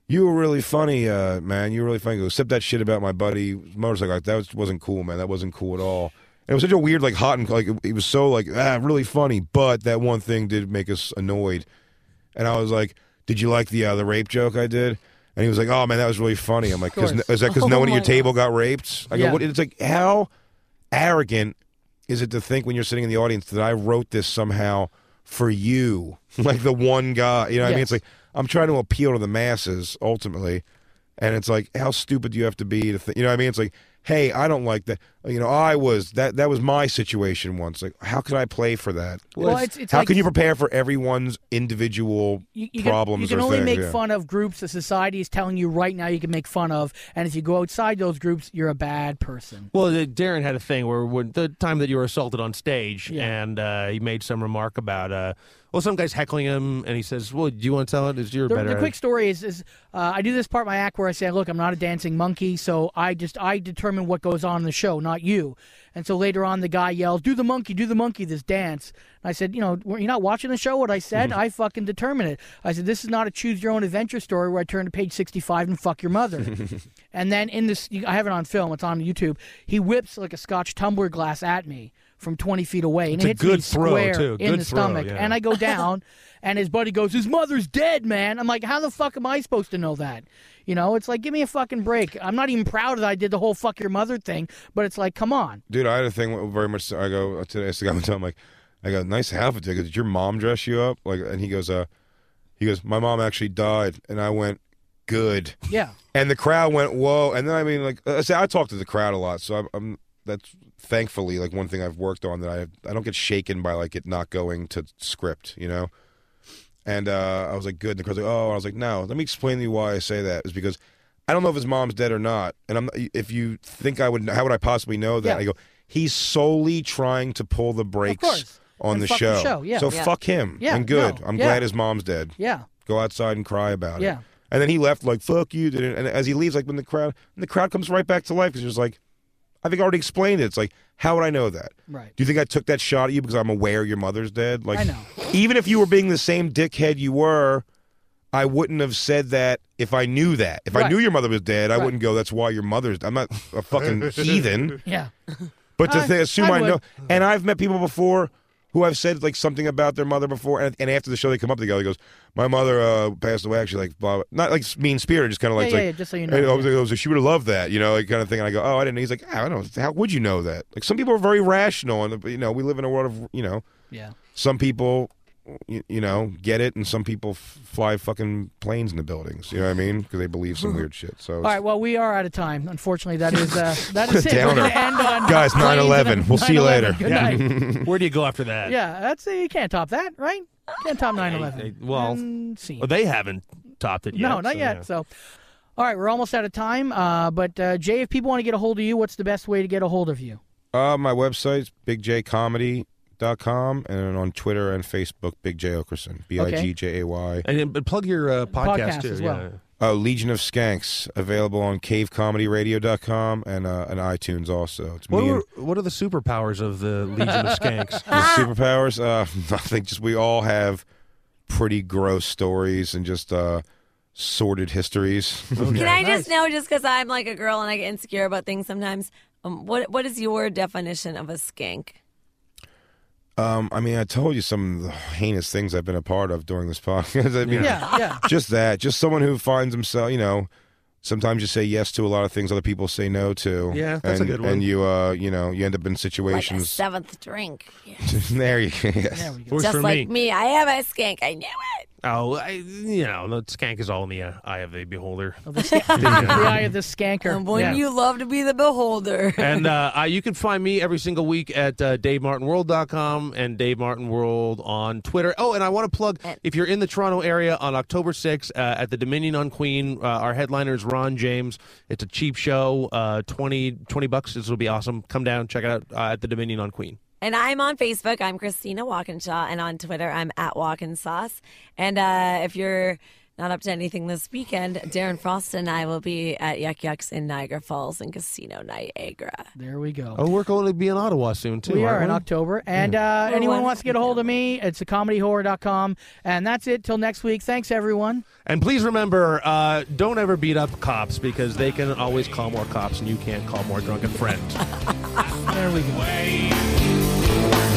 Speaker 8: "You were really funny, uh, man. You were really funny." He goes, "Except that shit about my buddy motorcycle. Like, that was, wasn't cool, man. That wasn't cool at all." And it was such a weird, like hot and like it, it was so like ah, really funny, but that one thing did make us annoyed. And I was like, "Did you like the uh, the rape joke I did?" And he was like, "Oh man, that was really funny." I'm like, Cause,
Speaker 6: course.
Speaker 8: "Is that because no
Speaker 7: Oh
Speaker 8: one at your
Speaker 7: my
Speaker 8: table got raped?" I
Speaker 6: Yeah.
Speaker 8: go, what? "It's like how arrogant is it to think when you're sitting in the audience that I wrote this somehow for you, like the one guy? You know what I mean? It's
Speaker 6: Yes.
Speaker 8: like I'm trying to appeal to the masses ultimately, and it's like how stupid do you have to be to think? You know what I mean? It's like, hey, I don't like that. You know, I was that that was my situation once. Like, how could I play for that?
Speaker 6: Well, it's- it's
Speaker 8: how
Speaker 6: like-
Speaker 8: can you prepare for everyone's individual
Speaker 6: you, you
Speaker 8: problems
Speaker 6: Can, you can
Speaker 8: or
Speaker 6: only
Speaker 8: things?
Speaker 6: make
Speaker 8: yeah.
Speaker 6: fun of groups that society is telling you right now you can make fun of, and if you go outside those groups, you're a bad person.
Speaker 9: Well, the- Darren had a thing where when, the time that you were assaulted on stage,
Speaker 6: Yeah.
Speaker 9: and uh, he made some remark about, uh, well, some guy's heckling him, and he says, "Well, do you want to tell it? Is you're
Speaker 6: The,
Speaker 9: better?"
Speaker 6: the
Speaker 9: at it."
Speaker 6: quick story is, is uh, I do this part of my act where I say, "Look, I'm not a dancing monkey, so I just I determine what goes on in the show, not you." And so later on, the guy yells, "Do the monkey, do the monkey, this dance." And I said, "You know, were you not watching the show? What I
Speaker 9: Mm-hmm.
Speaker 6: said? I fucking determine it." I said, "This is not a choose your own adventure story where I turn to page 65 and fuck your mother." and then in this, you- I have it on film. It's on YouTube. He whips like a Scotch tumbler glass at me. From 20 feet away, and
Speaker 9: It's a
Speaker 6: it hits me
Speaker 9: good throw,
Speaker 6: square
Speaker 9: too.
Speaker 6: in
Speaker 9: Good
Speaker 6: the
Speaker 9: throw,
Speaker 6: stomach,
Speaker 9: yeah.
Speaker 6: and I I go down, and his buddy goes, "His mother's dead, man." I'm like, "How the fuck am I supposed to know that?" You know, it's like, give me a fucking break. I'm not even proud that I did the whole "fuck your mother" thing, but it's like, come on.
Speaker 8: Dude, I had a thing very much. I go uh, today. I asked the guy one time, like, I go, nice outfit. Dick. Did your mom dress you up? Like, and he goes, uh, he goes, my mom actually died, and I went, good.
Speaker 6: Yeah,
Speaker 8: And the crowd went, whoa. And then I mean, like, uh, I say I talk to the crowd a lot, so I'm, I'm that's thankfully like one thing I've worked on that I I don't get shaken by like it not going to script, you know. And uh, I was like, good. And the crowd's like, oh. And I was like, no. Let me explain to you why I say that is because I don't know if his mom's dead or not. And I'm if you think I would, how would I possibly know that?
Speaker 6: Yeah.
Speaker 8: I go, he's solely trying to pull the brakes
Speaker 6: course.
Speaker 8: on
Speaker 6: And
Speaker 8: the
Speaker 6: fuck
Speaker 8: show.
Speaker 6: the show, yeah.
Speaker 8: So
Speaker 6: Yeah.
Speaker 8: fuck him.
Speaker 6: Yeah,
Speaker 8: I'm good.
Speaker 6: no,
Speaker 8: I'm
Speaker 6: yeah.
Speaker 8: glad his mom's dead
Speaker 6: yeah.
Speaker 8: go outside and cry about
Speaker 6: Yeah.
Speaker 8: it. And then he left like fuck you. did it. And as he leaves, like when the crowd, and the crowd comes right back to life because just like, I think I already explained it. It's like, how would I know that?
Speaker 6: Right.
Speaker 8: Do you think I took that shot at you because I'm aware your mother's dead? Like,
Speaker 6: I know.
Speaker 8: even if you were being the same dickhead you were, I wouldn't have said that if I knew that. If I
Speaker 6: Right.
Speaker 8: knew your mother was dead, I
Speaker 6: Right.
Speaker 8: wouldn't go. That's why your mother's. I'm not a fucking heathen.
Speaker 6: Yeah,
Speaker 8: But to
Speaker 6: I-
Speaker 8: th- assume
Speaker 6: I
Speaker 8: I, know,
Speaker 6: would.
Speaker 8: and I've met people before who I've said like something about their mother before, and, and after the show they come up together. He goes, "My mother uh, passed away." Actually, like blah, blah. not like mean spirit, just kind of
Speaker 6: Yeah,
Speaker 8: like,
Speaker 6: yeah,
Speaker 8: like,
Speaker 6: yeah, just so you know,
Speaker 8: and I was
Speaker 6: yeah.
Speaker 8: like, I was like, she would have loved that, you know, like kind of thing. And I go, "Oh, I didn't." know." He's like, "I don't. know. How would you know that?" Like some people are very rational, and you know, we live in a world of you know,
Speaker 6: yeah.
Speaker 8: some people. You, you know, get it, and some people f- fly fucking planes into buildings. You know what I mean? Because they believe some weird shit. So,
Speaker 6: All right, well, we are out of time. Unfortunately, that is uh, that is
Speaker 8: What a
Speaker 6: it. We're gonna
Speaker 8: downer.
Speaker 6: end on
Speaker 8: Guys,
Speaker 6: planes and
Speaker 8: 9/11. We'll see you
Speaker 6: 9/11.
Speaker 8: later.
Speaker 6: Good
Speaker 9: Yeah.
Speaker 6: night.
Speaker 9: Where do you go after that?
Speaker 6: yeah, that's you can't top that, right? Can't top 9/11.
Speaker 9: They- well,
Speaker 6: And scene.
Speaker 9: well, they haven't topped it yet.
Speaker 6: no, not
Speaker 9: so,
Speaker 6: yet.
Speaker 9: yeah.
Speaker 6: So, all right, we're almost out of time. Uh, but uh, Jay, if people want to get a hold of you, what's the best way to get a hold of you?
Speaker 8: Uh, my website's bigjcomedy.com and on Twitter and Facebook, Big J Okerson, B I G J A Y.
Speaker 9: And, then- but plug your uh, podcast,
Speaker 6: Podcast
Speaker 9: too.
Speaker 6: as well.
Speaker 9: yeah.
Speaker 8: Uh, Legion of Skanks, available on cavecomedyradio.com and uh, and iTunes also. It's
Speaker 9: What
Speaker 8: me
Speaker 9: are, what are the superpowers of the Legion of Skanks?
Speaker 8: and the superpowers. Uh, I think just we all have pretty gross stories and just uh, sordid histories.
Speaker 7: Can I just know, just because I'm like a girl and I get insecure about things sometimes, um, what what is your definition of a skank?
Speaker 8: um, I mean, I told you some of the heinous things I've been a part of during this podcast. I mean,
Speaker 6: Yeah, yeah.
Speaker 8: just that just someone who finds himself you know sometimes you say yes to a lot of things other people say no to
Speaker 9: Yeah, that's a
Speaker 8: and,
Speaker 9: good one.
Speaker 8: and you uh you know you end up in
Speaker 7: Like a
Speaker 8: situations
Speaker 7: seventh drink. Yeah.
Speaker 8: there you go yes.
Speaker 9: Works
Speaker 7: Just
Speaker 9: for
Speaker 7: like
Speaker 9: me.
Speaker 7: me. I am a skank. I knew it.
Speaker 5: Oh, I, you know, the skank is all in the uh, eye of the beholder.
Speaker 6: the eye of the skanker.
Speaker 7: And wouldn't
Speaker 5: Yeah.
Speaker 7: you love to be the beholder?
Speaker 5: and uh, uh, you can find me every single week at uh, DaveMartinWorld.com and Dave Martin World on Twitter. Oh, and I want to plug if you're in the Toronto area on October 6th uh, at the Dominion on Queen, uh, our headliner is Ron James. It's a cheap show, uh, 20, 20 bucks. This will be awesome. Come down, check it out uh, at the Dominion on Queen.
Speaker 7: And I'm on Facebook. I'm Christina Walkinshaw, and on Twitter, I'm at Walkinsauce. And uh, if you're not up to anything this weekend, Darren Frost and I will be at Yuck Yucks in Niagara Falls and Casino Niagara.
Speaker 6: There we go.
Speaker 5: Oh, we're going to be in Ottawa soon, too.
Speaker 6: we
Speaker 5: aren't
Speaker 6: are in October. And uh,
Speaker 7: We're
Speaker 6: anyone
Speaker 7: one
Speaker 6: wants to get a hold of me, it's comedyhorror.com. And that's it. Till next week. Thanks, everyone.
Speaker 5: And please remember, uh, don't ever beat up cops because they can always call more cops and you can't call more drunken friends.
Speaker 6: There we go.
Speaker 10: Wait.